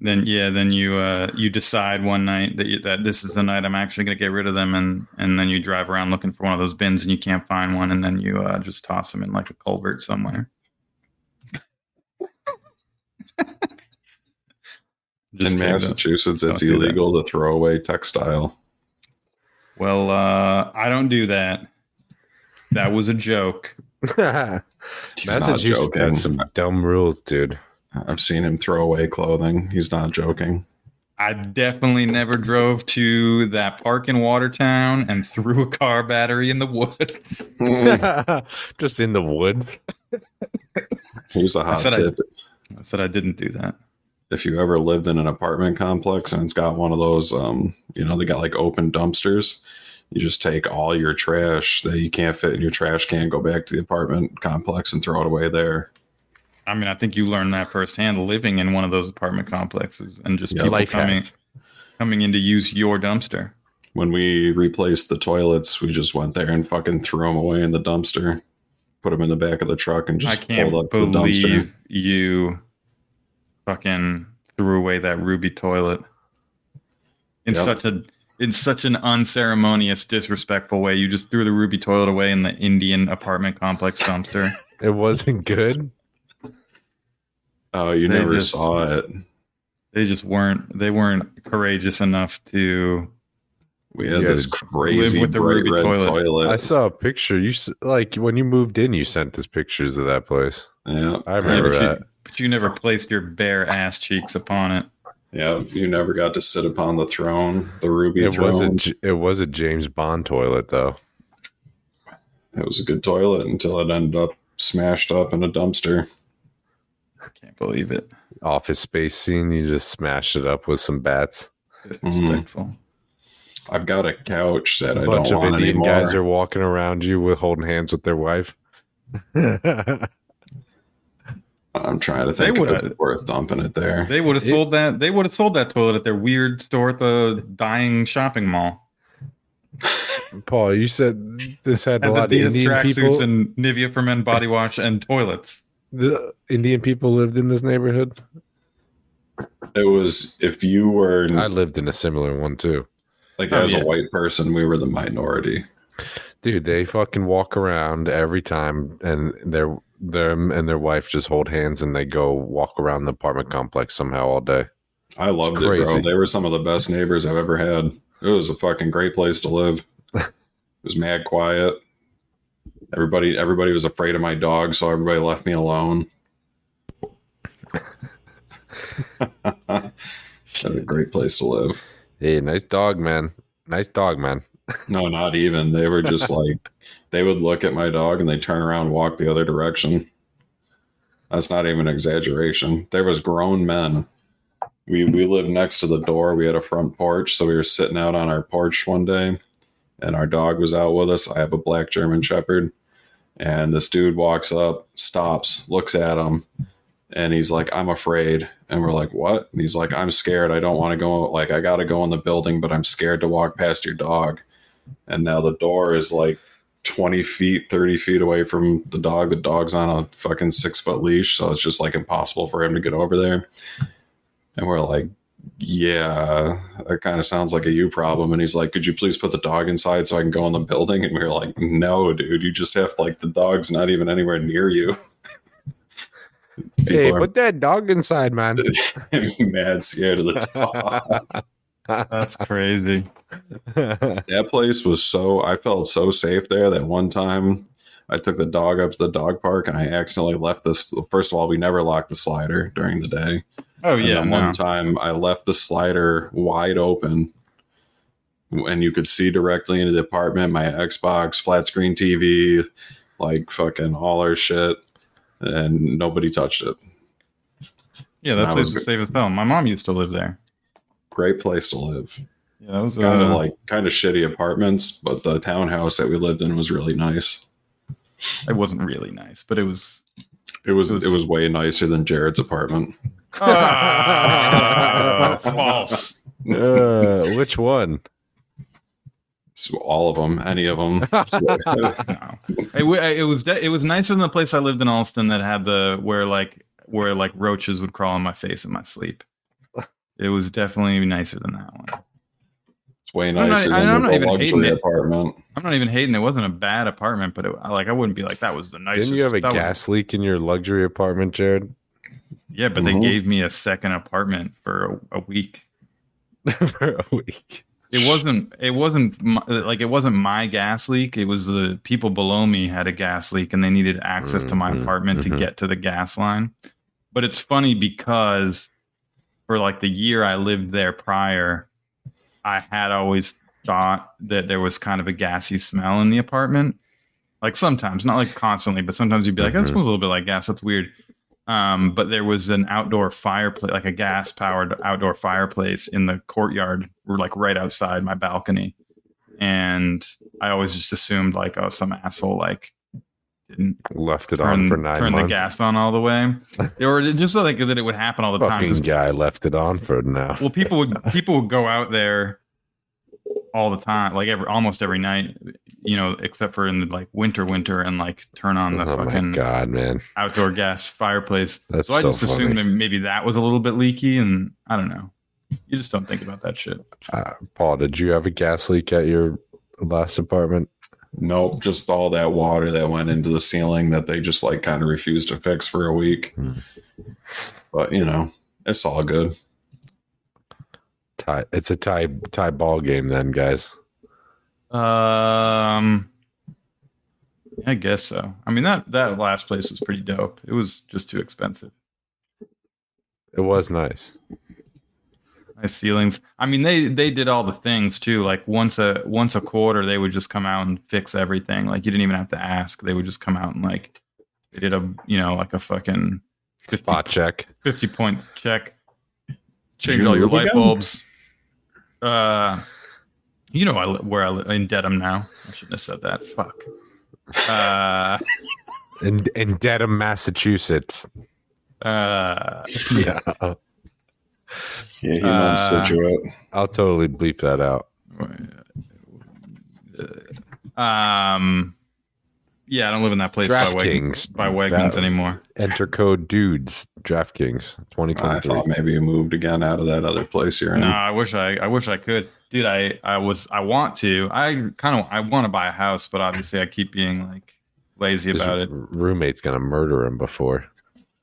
Then yeah, then you uh, you decide one night that you, that this is the night I'm actually gonna get rid of them, and and then you drive around looking for one of those bins and you can't find one, and then you uh, just toss them in like a culvert somewhere. Just
in
kidding, though.
Massachusetts, it's
Don't do that.
illegal to throw away textile.
Well, uh, I don't do that. That was a joke.
Massachusetts has some dumb rules, dude.
I've seen him throw away clothing. He's not joking.
I definitely never drove to that park in Watertown and threw a car battery in the woods.
Just in the woods.
Here's a
I
hot
said I-
tip.
I said I didn't do that.
If you ever lived in an apartment complex and it's got one of those, um, you know, they got like open dumpsters, you just take all your trash that you can't fit in your trash can, go back to the apartment complex and throw it away there.
I mean, I think you learned that firsthand living in one of those apartment complexes and just
Yeah,
people
life
coming coming in to use your dumpster.
When we replaced the toilets, we just went there and fucking threw them away in the dumpster, put them in the back of the truck, and
I
just
can't
pulled up to the dumpster.
believe you fucking threw away that ruby toilet in
Yep.
such a in such an unceremonious, disrespectful way. You just threw the ruby toilet away in the Indian apartment complex dumpster.
It wasn't good.
Oh, you
They
never
just-
saw it.
they just weren't they weren't courageous enough to
We had
Yeah,
this
live
crazy
with the
bright
ruby
red
toilet.
toilet.
I saw a picture. You s- like when you moved in, you sent us pictures of that place.
yeah.
I remember
but,
that.
You, but you never placed your bare ass cheeks upon it.
Yeah, you never got to sit upon the throne, the ruby
It was a
throne.
J- it was a James Bond toilet though.
it was a good toilet until it ended up smashed up in a dumpster.
Can't believe it.
Office Space scene. You just smashed it up with some bats.
Disrespectful.
Mm-hmm. I've got a couch that I
a bunch
don't
of
want
Indian
anymore.
guys are walking around you with holding hands with their wife. yeah,
I'm trying to
They
think if
would've-
it's worth dumping it there.
They would have sold that. They would have sold that toilet at their weird store at the dying shopping mall.
Paul, you said this had a
Has
lot of
Adidas
Indian people.
tracksuits and Nivea for men body wash and toilets.
the Indian people lived in this neighborhood.
It was if you were
I lived in a similar one too.
like
Oh,
as
yeah.
a white person, we were the minority.
Dude, they fucking walk around every time, and their them and their wife just hold hands, and they go walk around the apartment complex somehow all day.
I loved it,
crazy.
bro. They were some of the best neighbors I've ever had. It was a fucking great place to live. it was mad quiet. Everybody everybody was afraid of my dog, so everybody left me alone. that was a great place to live.
Hey, nice dog, man. Nice dog, man.
No, not even. They were just like they would look at my dog and they turn around and walk the other direction. That's not even an exaggeration. There was grown men. We we lived next to the door. We had a front porch, so we were sitting out on our porch one day, and our dog was out with us. I have a black German Shepherd, and this dude walks up, stops, looks at him, and he's like, "I'm afraid." And we're like, "What?" And he's like, "I'm scared. I don't want to go. Like, I got to go in the building, but I'm scared to walk past your dog." and now the door is like 20 feet 30 feet away from the dog the dog's on a fucking six foot leash so it's just like impossible for him to get over there and we're like yeah that kind of sounds like a you problem and he's like could you please put the dog inside so i can go in the building and we were like no dude you just have like the dog's not even anywhere near you
Hey,
are-
put that dog inside, man.
mad scared of the dog.
That's crazy.
Uh,
that place was so I felt so safe there that one time I took the dog up to the dog park and I accidentally left this first of all we never locked the slider during the day.
Oh
And
yeah,
then
no.
one time I left the slider wide open and you could see directly into the apartment, my Xbox, flat screen TV, like fucking all our shit and nobody touched it.
yeah, that
That
place
was
was safe as hell. My mom used to live there.
Great place to live.
Yeah, that was
kind of
uh,
like kind of shitty apartments, but the townhouse that we lived in was really nice.
It wasn't really nice, but it was.
It was it was, way nicer than Jared's apartment.
uh, Ah, false.
Uh, which one?
So all of them, any of them.
It, w- it was de- it was nicer than the place I lived in Alston that had the where like where like roaches would crawl in my face in my sleep. It was definitely nicer than that one.
it's way
I'm not-
nicer
I'm not
than
even
the
hating
luxury
it.
apartment.
I'm not even hating. It wasn't a bad apartment, but it, I- like I wouldn't be like that was the nicest.
Didn't you have a
that was-
gas leak in your luxury apartment, Jared?
yeah, but
Mhm.
they gave me a second apartment for a, a week.
For a week.
It wasn't. It wasn't my, like it wasn't my gas leak. It was the people below me had a gas leak, and they needed access to my
Mhm,
apartment
mhm.
to get to the gas line. But it's funny because for like the year I lived there prior, I had always thought that there was kind of a gassy smell in the apartment. Like sometimes, not like constantly, but sometimes you'd be like, "That
Mhm.
smells a little bit like gas. That's weird." Um, but there was an outdoor fireplace, like a gas-powered outdoor fireplace in the courtyard, or like right outside my balcony. And I always just assumed like, oh, some asshole like didn't
Left it
turn,
on for nine
turn the
months.
gas on all the way, or just like that it would happen all the time.
Fucking
'cause
guy left it on for now.
well people would people would go out there all the time like every almost every night you know except for in the like winter winter and like turn on the
Oh my
fucking
god, man!
outdoor gas fireplace
That's
so i
so
just assumed
funny.
that maybe that was a little bit leaky and i don't know you just don't think about that shit
Uh, Paul, did you have a gas leak at your last apartment?
Nope, just all that water that went into the ceiling that they just like kind of refused to fix for a week.
Hmm.
But you know, it's all good.
Tie. It's a tie tie ball game then, guys.
um i guess so i mean that that last place was pretty dope it was just too expensive
It was nice.
Nice ceilings. I mean, they they did all the things too. Like once a once a quarter, they would just come out and fix everything. Like you didn't even have to ask. They would just come out and like they did a you know like a fucking
Spot check.
fifty point check,
Did
change
you
all your
really
light
go?
bulbs. Uh, you know I, li- where I live in Dedham now. I shouldn't have said that. Fuck. Uh,
In in Dedham, Massachusetts.
uh,
Yeah,
Yeah, he
Uh,
knows Situate.
I'll totally bleep that out.
um, yeah, I don't live in that place by, Weg-
DraftKings.
by Wegmans
That-
anymore.
Enter code dudes DraftKings
I
2023.
thought maybe you moved again out of that other place you're in.
No, I wish I, I wish I could, dude. I, I was, I want to. I kind of, I want to buy a house, but obviously, I keep being like lazy
His
about it.
roommate's gonna murder him before.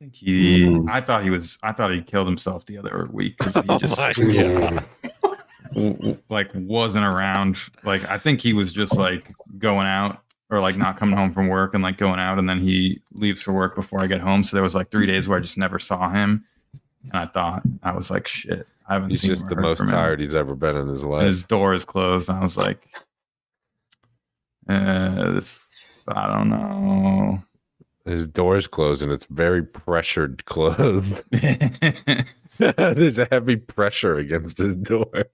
I think he,
Mm.
I thought he was, I thought he killed himself the other week because he just w- w- like wasn't around. Like, I think he was just like going out or like not coming home from work and like going out, and then he leaves for work before I get home. So there was like three days where I just never saw him, and I thought I was like, shit, I haven't
He's
seen.
just
or
the
heard
most
from him.
tired he's ever been in his
and
life.
his door is closed. And I was like, uh, this, I don't know.
His door's closed and it's very pressured closed. There's a heavy pressure against his door.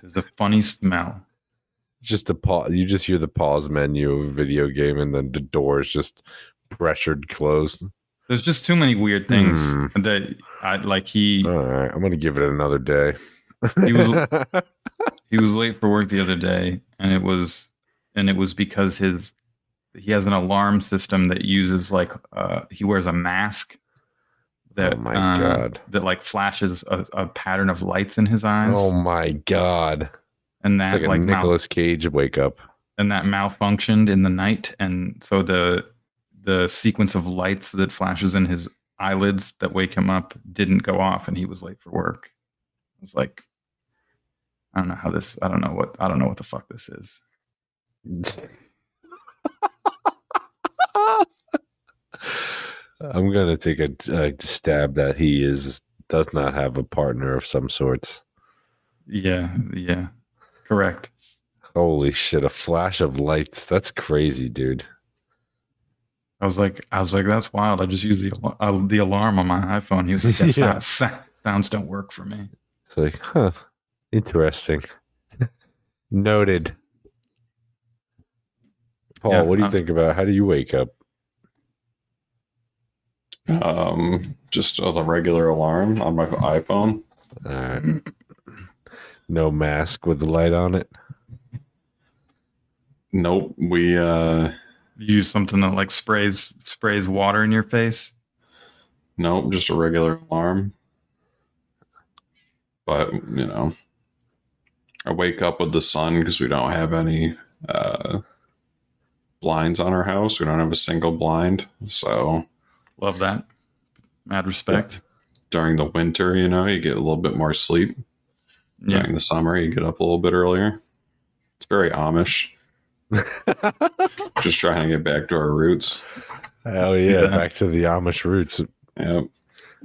There's a funny smell.
It's just a pause. You just hear the pause menu of a video game and then the door is just pressured closed.
There's just too many weird things
Hmm.
that I like. He
All right, I'm gonna give it another day.
He was- he was late for work the other day, and it was and it was because his he has an alarm system that uses like uh, he wears a mask. That,
Oh my
uh,
God.
That like flashes a, a pattern of lights in his eyes,
oh my god.
and
It's
that
like a
like, mal-
Nicolas Cage wake up.
and that malfunctioned in the night and so the the sequence of lights that flashes in his eyelids that wake him up didn't go off, and he was late for work. I was like, I don't know how this. I don't know what. I don't know what the fuck this is.
I'm gonna take a, a stab that he is does not have a partner of some sorts.
Yeah, yeah, correct.
Holy shit! A flash of lights. That's crazy, dude.
I was like, I was like, that's wild. I just used the al- uh, the alarm on my iPhone. He was like, that
Yeah.
sound- sound- sounds don't work for me.
It's like, huh? Interesting. Noted. Paul,
Yeah,
what do you
I'm-
think about? How do you wake up?
Um, just a the regular alarm on my iPhone.
Uh, No mask with the light on it.
Nope. We uh
use something that like sprays sprays water in your face.
Nope, just a regular alarm. But you know, I wake up with the sun because we don't have any uh, blinds on our house. We don't have a single blind, so
love that. Mad respect.
During the winter, you know, you get a little bit more sleep. During the summer, you get up a little bit earlier. It's very Amish. just trying to get back to our roots.
Hell
See
yeah!
that?
Back to the Amish roots.
Yep.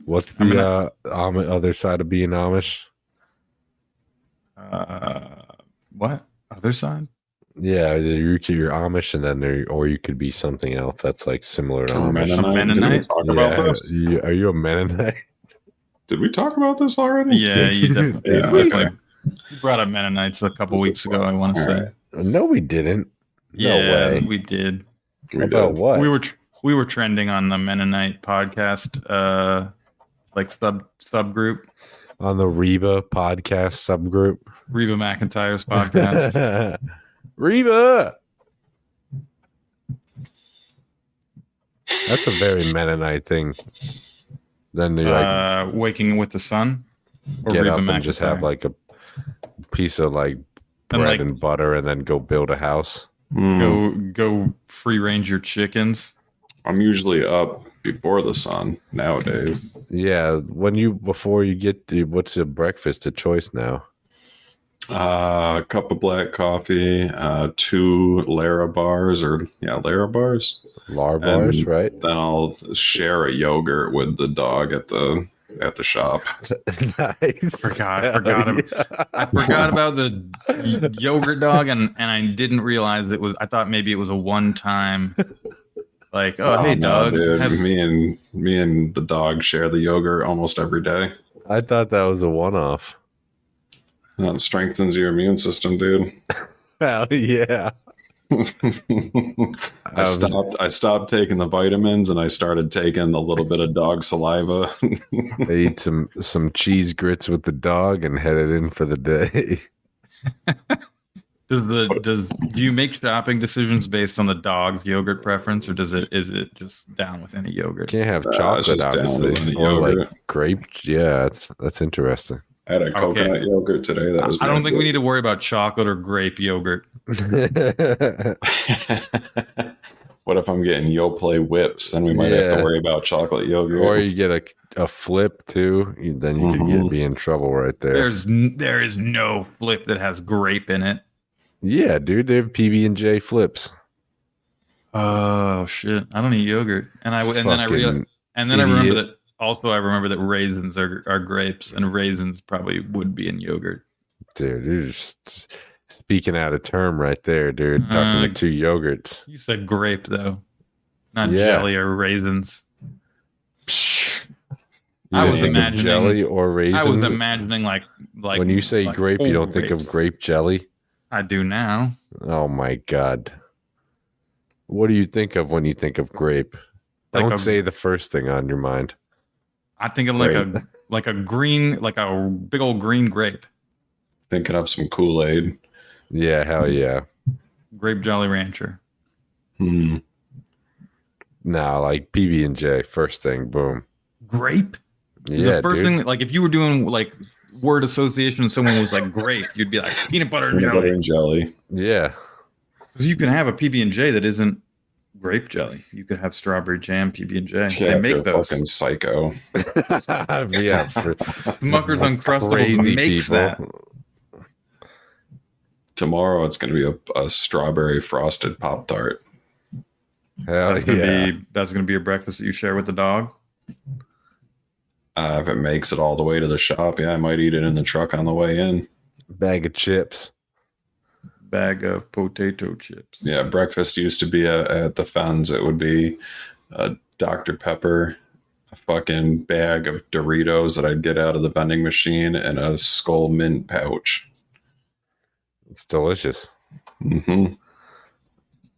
What's the
I'm
uh, Am- other side of being Amish?
Uh, what other side?
Yeah, either you could, you're Amish, and then there, or you could be something else that's like similar to
Can
Amish.
Mennonite- did we Mennonite? talk about this?
you- are you a Mennonite?
Did we talk about this already?
Yeah, you def-
Yeah,
definitely
okay.
you brought up Mennonites a couple weeks ago. I want to say.
No, we didn't. No
yeah,
way.
we did.
We About did. what?
We were tr- we were trending on the Mennonite podcast, uh, like sub subgroup
On the Reba podcast subgroup.
Reba McIntyre's podcast.
Reba. That's a very Mennonite thing. Then you like
uh, waking with the sun. or
get
Reba
up and just have
McIntyre.
like a piece of like bread
And,
and,
like-
butter, and then go build a house.
Hmm.
Go go free range your chickens.
I'm usually up before the sun nowadays.
Yeah, when you before you get the what's your breakfast of choice now?
Uh, a cup of black coffee, uh, two Lara bars, or yeah, Lara bars.
Um,
Lara bars, right?
Then I'll share a yogurt with the dog at the at the shop.
nice.
Forgot, forgot him. I forgot about the y- yogurt dog, and and I didn't realize it was. I thought maybe it was a one time, like, oh, hey,
no,
dog,
dude.
have-
Me and me and the dog share the yogurt almost every day.
I thought that was a one-off.
That strengthens your immune system, dude.
Hell yeah.
I
Um,
stopped. I stopped taking the vitamins, and I started taking a little bit of dog saliva.
I ate some some cheese grits with the dog and headed in for the day.
does the does do you make shopping decisions based on the dog's yogurt preference, or does it is it just down with any yogurt?
Can't have
Uh, it's
chocolate,
just down with
obviously,
any
or like
yogurt.
grape. Yeah, that's that's interesting.
I had a
Okay.
coconut yogurt today. That was.
I don't
really
think we need to worry about chocolate or grape yogurt.
good. What if I'm getting YoPlay whips? Then we might have
Yeah.
to worry about chocolate yogurt.
or you get a, a flip too, you- then you could get be in trouble right there.
Mm-hmm. There's n- there is no flip that has grape in it.
yeah, dude, they have PB and J flips.
Oh shit! I don't eat yogurt, and I w- and then I real
Fucking
and then I remember
idiot.
that. Also, I remember that raisins are, are grapes, and raisins probably would be in yogurt.
Dude, you're just speaking out of term right there, dude. Talking
Uh,
to two yogurts.
You said grape though, not
Yeah.
jelly or raisins. I
You
was
think of
imagining
jelly or raisins.
I was imagining like like
when you say
like
grape, you
whole
don't think of
grapes.
grape jelly.
I do now.
Oh my god. What do you think of when you think of grape?
Like
don't
a-
say the first thing on your mind.
I think of like
Grape.
a like a green like a big old green grape,
Thinking of some Kool Aid.
Yeah, hell
Mm.
yeah.
grape Jolly Rancher.
Hmm.
Nah, like PB and J, first thing, boom.
Grape.
Yeah,
the first
dude.
thing like if you were doing like word association, and someone was like grape, you'd be like peanut butter and
Peanut
jelly.
butter and jelly.
Yeah.
Because you can have a PB and J that isn't grape jelly. You could have strawberry jam, PB and J.
Yeah,
They
if
make
you're
those.
fucking psycho.
yeah, for-
Smucker's Uncrustables makes that.
Tomorrow it's going to be a, a strawberry frosted pop tart.
That's gonna be that's gonna be your breakfast that you share with the dog.
Uh, if it makes it all the way to the shop, yeah, I might eat it in the truck on the way in.
Bag of chips.
Bag of potato chips.
Yeah, breakfast used to be uh at the Fens. It would be a Dr. Pepper, a fucking bag of Doritos that I'd get out of the vending machine, and a skull mint pouch.
It's delicious.
Mm-hmm.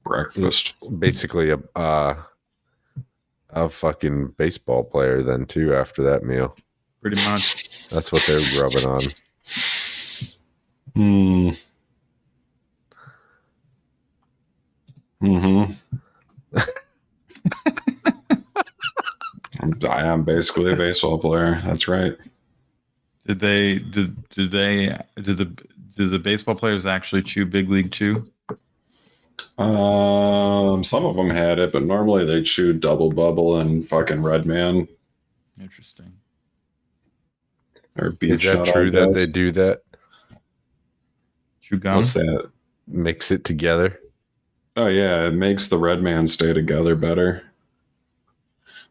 Breakfast.
Basically a uh, a fucking baseball player then too after that meal.
Pretty much.
That's what they're rubbing on.
Hmm. Mm-hmm. I am basically a baseball player. That's right.
Did they did did they did the did the baseball players actually chew big league chew?
Um, some of them had it, but normally they chew double bubble and fucking red man
Interesting.
or
Is
beef.
that
shot, I
true that they
guess.
do that?
Chew gum.
What's that?
Mix it together.
Oh yeah, it makes the red man stay together better.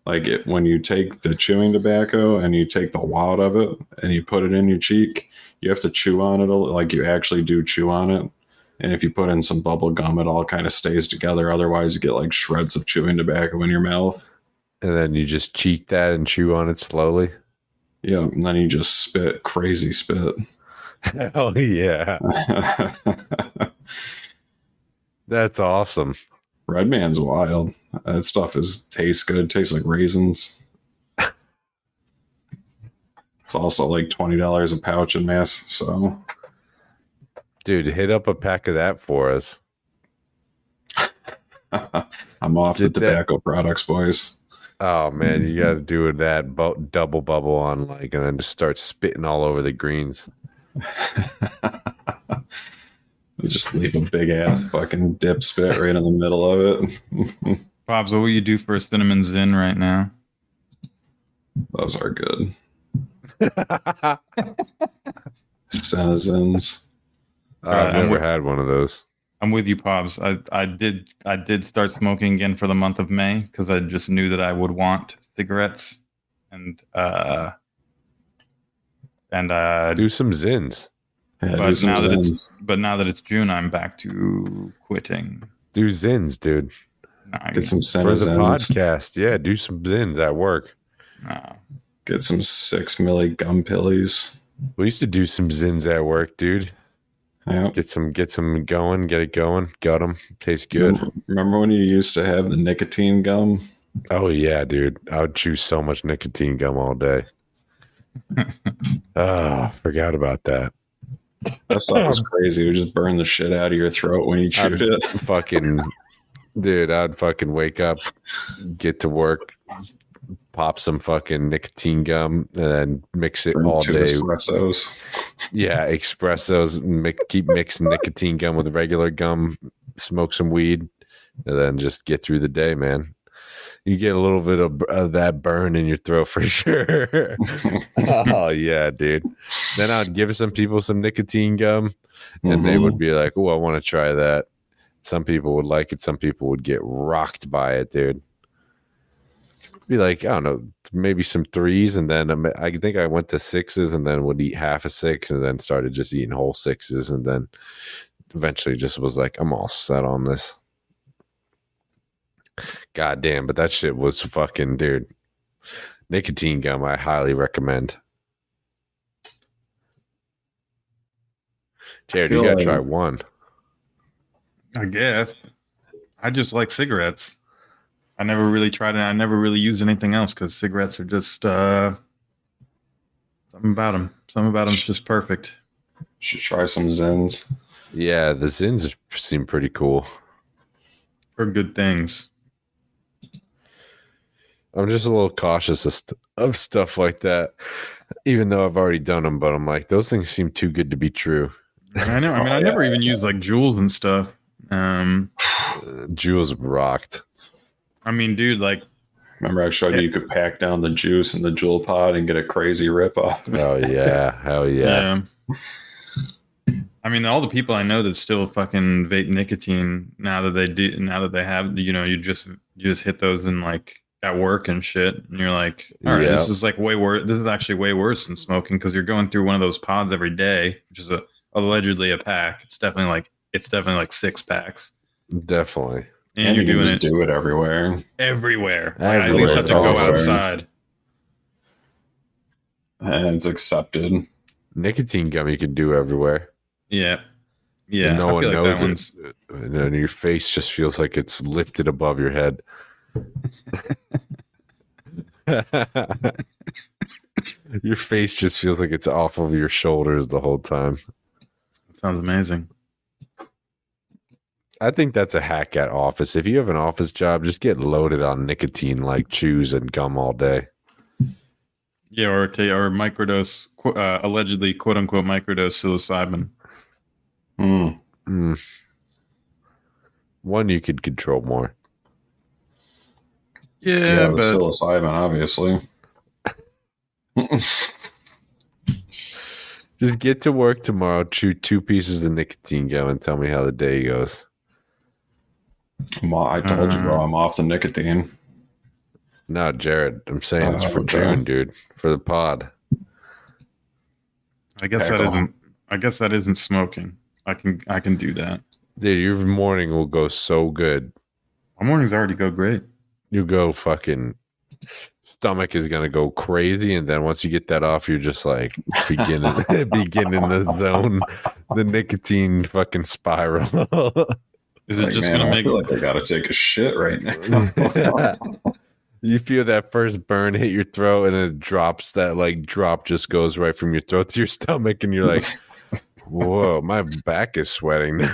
Like it, when you take the chewing tobacco and you take the wad of it and you put it in your cheek, you have to chew on it. a li- Like you actually do chew on it. And if you put in some bubble gum, it all kind of stays together. Otherwise, you get like shreds of chewing tobacco in your mouth.
And then you just cheek that and chew on it slowly.
Yeah, and then you just spit crazy spit.
Hell yeah. That's awesome.
Red Man's wild. That stuff is tastes good. Tastes like raisins. it's also like twenty dollars a pouch in mass. So
Dude, hit up a pack of that for us.
I'm off
Did
the
that-
tobacco products, boys.
Oh man, you got to do that bu- double bubble on like, and then just start spitting all over the greens.
Just leave a big ass fucking dip spit right in the middle of it.
Bob's what will you do for a cinnamon zin right now?
Those are good. Citizens.
I've
Uh,
never
I'm-
had one of those.
I'm with you, Pobs. I, I did I did start smoking again for the month of May because I just knew that I would want cigarettes and uh and uh
Do some zins.
Yeah, do
but
some
now that
Zins.
it's but now that it's June I'm back to quitting.
Do zins, dude,
Nah,
Get some
for the
citizens.
podcast. Yeah, do some zins at work.
nah.
Get some six milli gum pillies.
We used to do some zins at work, dude.
Yep.
Get some, get some going, get it going. Got them. Tastes good.
Remember when you used to have the nicotine gum?
Oh yeah, dude. I would chew so much nicotine gum all day. Ah, forgot about that.
That stuff was crazy. It would just burn the shit out of your throat when you chewed it.
fucking dude, I'd fucking wake up, get to work, pop some fucking nicotine gum, and then mix it
Burn
all
two
day.
espressos.
Yeah, espressos. mi- keep mixing nicotine gum with regular gum. Smoke some weed, and then just get through the day, man. You get a little bit of, of that burn in your throat for sure. oh yeah, dude. Then I'd give some people some nicotine gum, and they would be like, "Oh, I want to try that." Some people would like it. Some people would get rocked by it, dude. Be like, I don't know, maybe some threes, and then I'm- I think I went to sixes, and then would eat half a six, and then started just eating whole sixes, and then eventually just was like, I'm all set on this. God damn, but that shit was fucking, dude. Nicotine gum, I highly recommend. Jared, you
feel
gotta
like-
try one.
I guess. I just like cigarettes. I never really tried it. I never really used anything else because cigarettes are just uh, something about them. Something about them's just perfect.
Should try some Zins.
Yeah, the Zins seem pretty cool.
For good things.
I'm just a little cautious of, st- of stuff like that, even though I've already done them. But I'm like, those things seem too good to be true.
I know. I mean, I never even used like jewels and stuff. Um,
Uh, Jules rocked.
I mean, dude, like
Remember, I showed you you could pack down the juice in the jewel pod and get a crazy rip off.
Oh yeah, hell
yeah. I mean, all the people I know that still fucking vape nicotine now that they do, now that they have, you know, you just you just hit those in like at work and shit, and you're like, all right, this
Yeah.
is like way worse. This is actually way worse than smoking because you're going through one of those pods every day, which is a, allegedly a pack. It's definitely like it's definitely like six packs,
Definitely.
and, you're doing it
do it everywhere.
everywhere. Like, I at least have to go
Everywhere.
outside.
And it's accepted.
Nicotine gum you can do everywhere.
Yeah, yeah.
And no
I
one
feel like that
knows
one's-
it. And then your face just feels like it's lifted above your head. your face just feels like it's off of your shoulders the whole time.
Sounds amazing.
I think that's a hack at office. If you have an office job, just get loaded on nicotine like chews and gum all day.
Yeah, or ta or microdose, qu- uh, allegedly quote unquote microdose psilocybin.
Hmm.
Mm. One you could control more.
Yeah,
Yeah, but psilocybin, obviously.
Just get to work tomorrow, chew two pieces of nicotine gum, and tell me how the day goes.
Well, I told you, bro, I'm off the nicotine.
No, Jared, I'm saying it's
Oh,
for
okay.
June, dude, for the pod.
I guess
Heck
that
on.
isn't. I guess that isn't smoking. I can I can do that.
Dude, your morning will go so good.
My mornings already go great.
You go fucking stomach is gonna go crazy, and then once you get that off, you're just like beginning beginning the zone, the nicotine fucking spiral.
Is
Like, man, I feel like I gotta take a shit right now?
You feel that first burn hit your throat, and then it drops. That like drop just goes right from your throat to your stomach, and you're like, "Whoa, my back is sweating.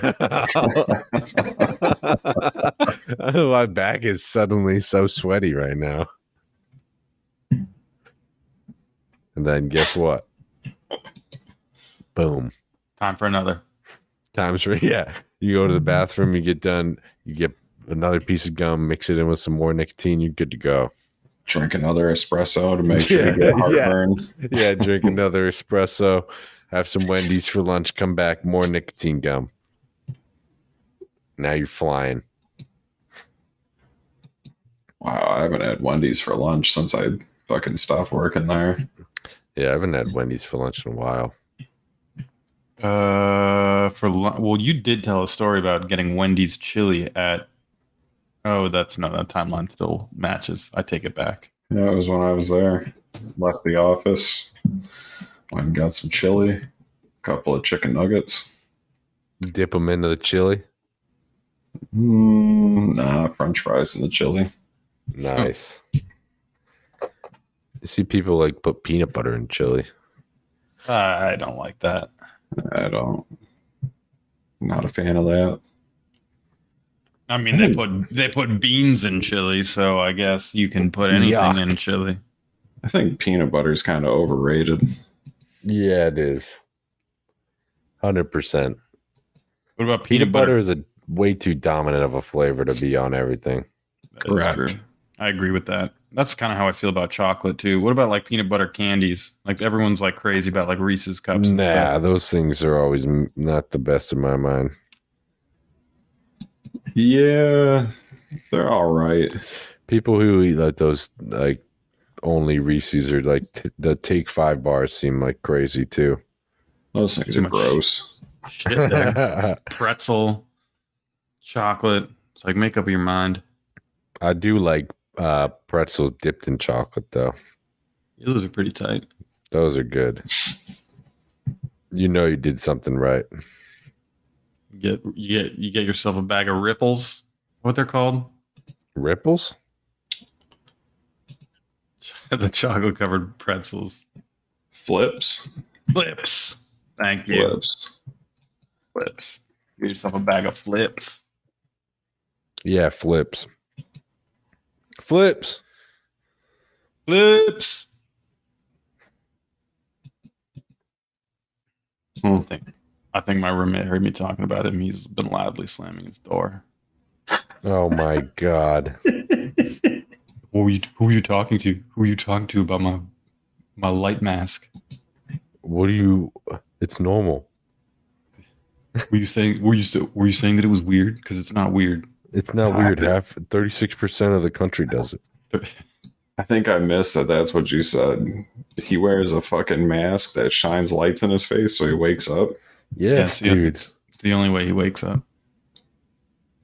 my back is suddenly so sweaty right now." And then guess what? Boom.
Time for another.
Times for yeah. You go to the bathroom, you get done, you get another piece of gum, mix it in with some more nicotine, you're good to go.
Drink another espresso to make sure you get heartburn.
Yeah, yeah drink another espresso, have some Wendy's for lunch, come back, more nicotine gum. Now you're flying.
Wow, I haven't had Wendy's for lunch since I fucking stopped working there.
Yeah, I haven't had Wendy's for lunch in a while.
Uh, for lu- well, you did tell a story about getting Wendy's chili at. Oh, that's no. That timeline still matches. I take it back.
Yeah, it was when I was there. Left the office, went and got some chili, couple of chicken nuggets.
Dip them into the chili.
Mm, nah, French fries and the chili.
Nice. You see people like put peanut butter in chili.
I don't like that.
I don't. Not a fan of that.
I mean,
Hmm.
they put they put beans in chili, so I guess you can put anything
Yuck.
in chili.
I think peanut butter is kind of overrated.
Yeah, it is. Hundred percent.
What about
Peanut butter is a way too dominant of a flavor to be on everything.
That is
Correct.
true. I agree with that. That's kind of how I feel about chocolate too. What about like peanut butter candies? Like everyone's like crazy about like Reese's cups. And
Nah,
stuff.
those things are always m- not the best in my mind.
Yeah, they're all right.
People who eat like those, like only Reese's or like t- the take five bars seem like crazy too.
Those things are gross.
Shit there. Pretzel, chocolate. It's like make up your mind.
I do like uh, pretzels dipped in chocolate though.
Yeah, Those are pretty tight.
Those are good. You know you did something right.
You get you get you get yourself a bag of ripples. What they're called?
Ripples?
the chocolate covered pretzels.
Flips.
Flips. Thank you.
Flips.
Flips. Get yourself a bag of flips.
Yeah, flips. Flips.
Flips.
Hmm.
I think I think my roommate heard me talking about him. He's been loudly slamming his door.
Oh my god.
Who are you? Who are you talking to? Who are you talking to about my my light mask?
What do you? It's normal.
Were you saying? Were you? sa- Were you saying that it was weird? Because it's not weird.
It's not weird. Half thirty six percent of the country does it.
I think I missed that. That's what you said. He wears a fucking mask that shines lights in his face, so he wakes up.
Yes,
Yeah, it's the-
dude.
It's the only way he wakes up.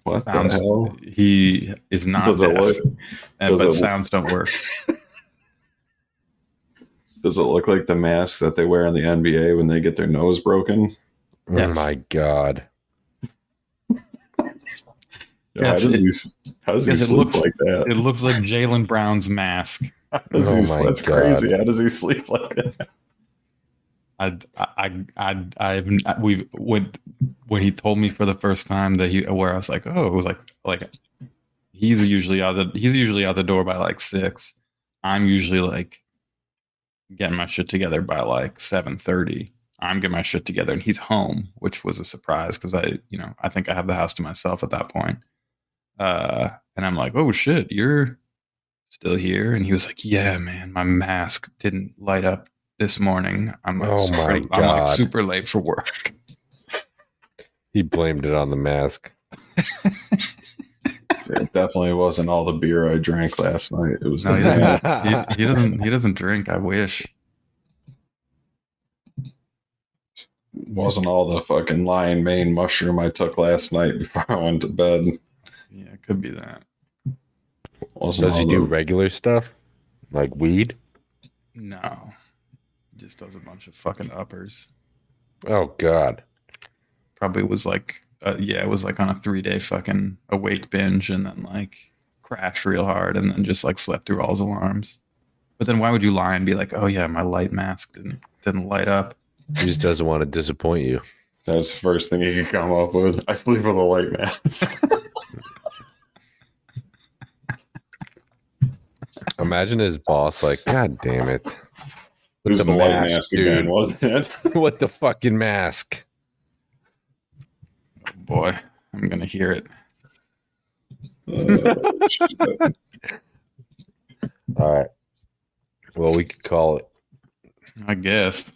What the
Sounds-
hell?
He is not.
Does it
deaf.
look-
Uh,
does
but
it-
sounds don't work.
Does it look like the mask that they wear in the NBA when they get their nose broken?
Oh
Yes.
my god.
Yeah,
Yes,
how does
it-
he, how does he
Yes, it
sleep
looks-
like that?
It looks like Jalen Brown's mask.
How does
Oh
he-
my
that's
God.
crazy. How does he sleep like that?
I, I, I, I've, we've, when, when he told me for the first time that he, where I was like, oh, like, like, he's usually out the, he's usually out the door by like six. I'm usually like getting my shit together by like seven thirty. I'm getting my shit together, and he's home, which was a surprise because I, you know, I think I have the house to myself at that point. Uh, and I'm like, oh shit, you're still here, and he was like, yeah, man, my mask didn't light up this morning. I'm like,
Oh my
super, I'm like
God.
super late for work.
He blamed it on the mask.
It definitely wasn't all the beer I drank last night. It was
No,
the
he doesn't.
mask.
he, he doesn't. He doesn't drink. I wish.
wasn't all the fucking lion mane mushroom I took last night before I went to bed.
Yeah, it could be that.
Wasn't
Does he
all
do
the-
regular stuff? Like weed?
No, just does a bunch of fucking uppers.
Oh god.
probably was like uh, yeah it was like on a three day fucking awake binge and then like crashed real hard and then just like slept through all his alarms but then why would you lie and be like oh yeah my light mask didn't didn't light up
He just doesn't want to disappoint you.
That's the first thing he could come up with. I sleep with a light mask.
Imagine his boss like, God damn it. With
Who's the, light mask, again?
dude.
Wasn't it?
What the fucking mask?
boy i'm gonna hear it
Uh, shit.
All right. Well, we could call it
i guess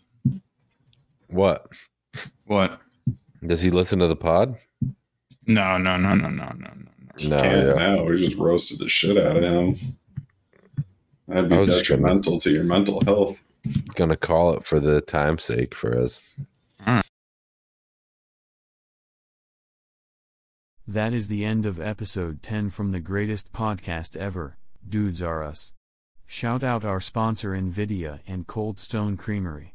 what?
what
Does he listen to the pod?
no no no no no no no
No,
Can't
yeah.
now. We just roasted the shit out of him. That'd be
I was just gonna-
detrimental to your mental health.
Gonna call it for the time's sake for us.
That is the end of episode 10 from the greatest podcast ever, Dudes Are Us. Shout out our sponsor NVIDIA and Cold Stone Creamery.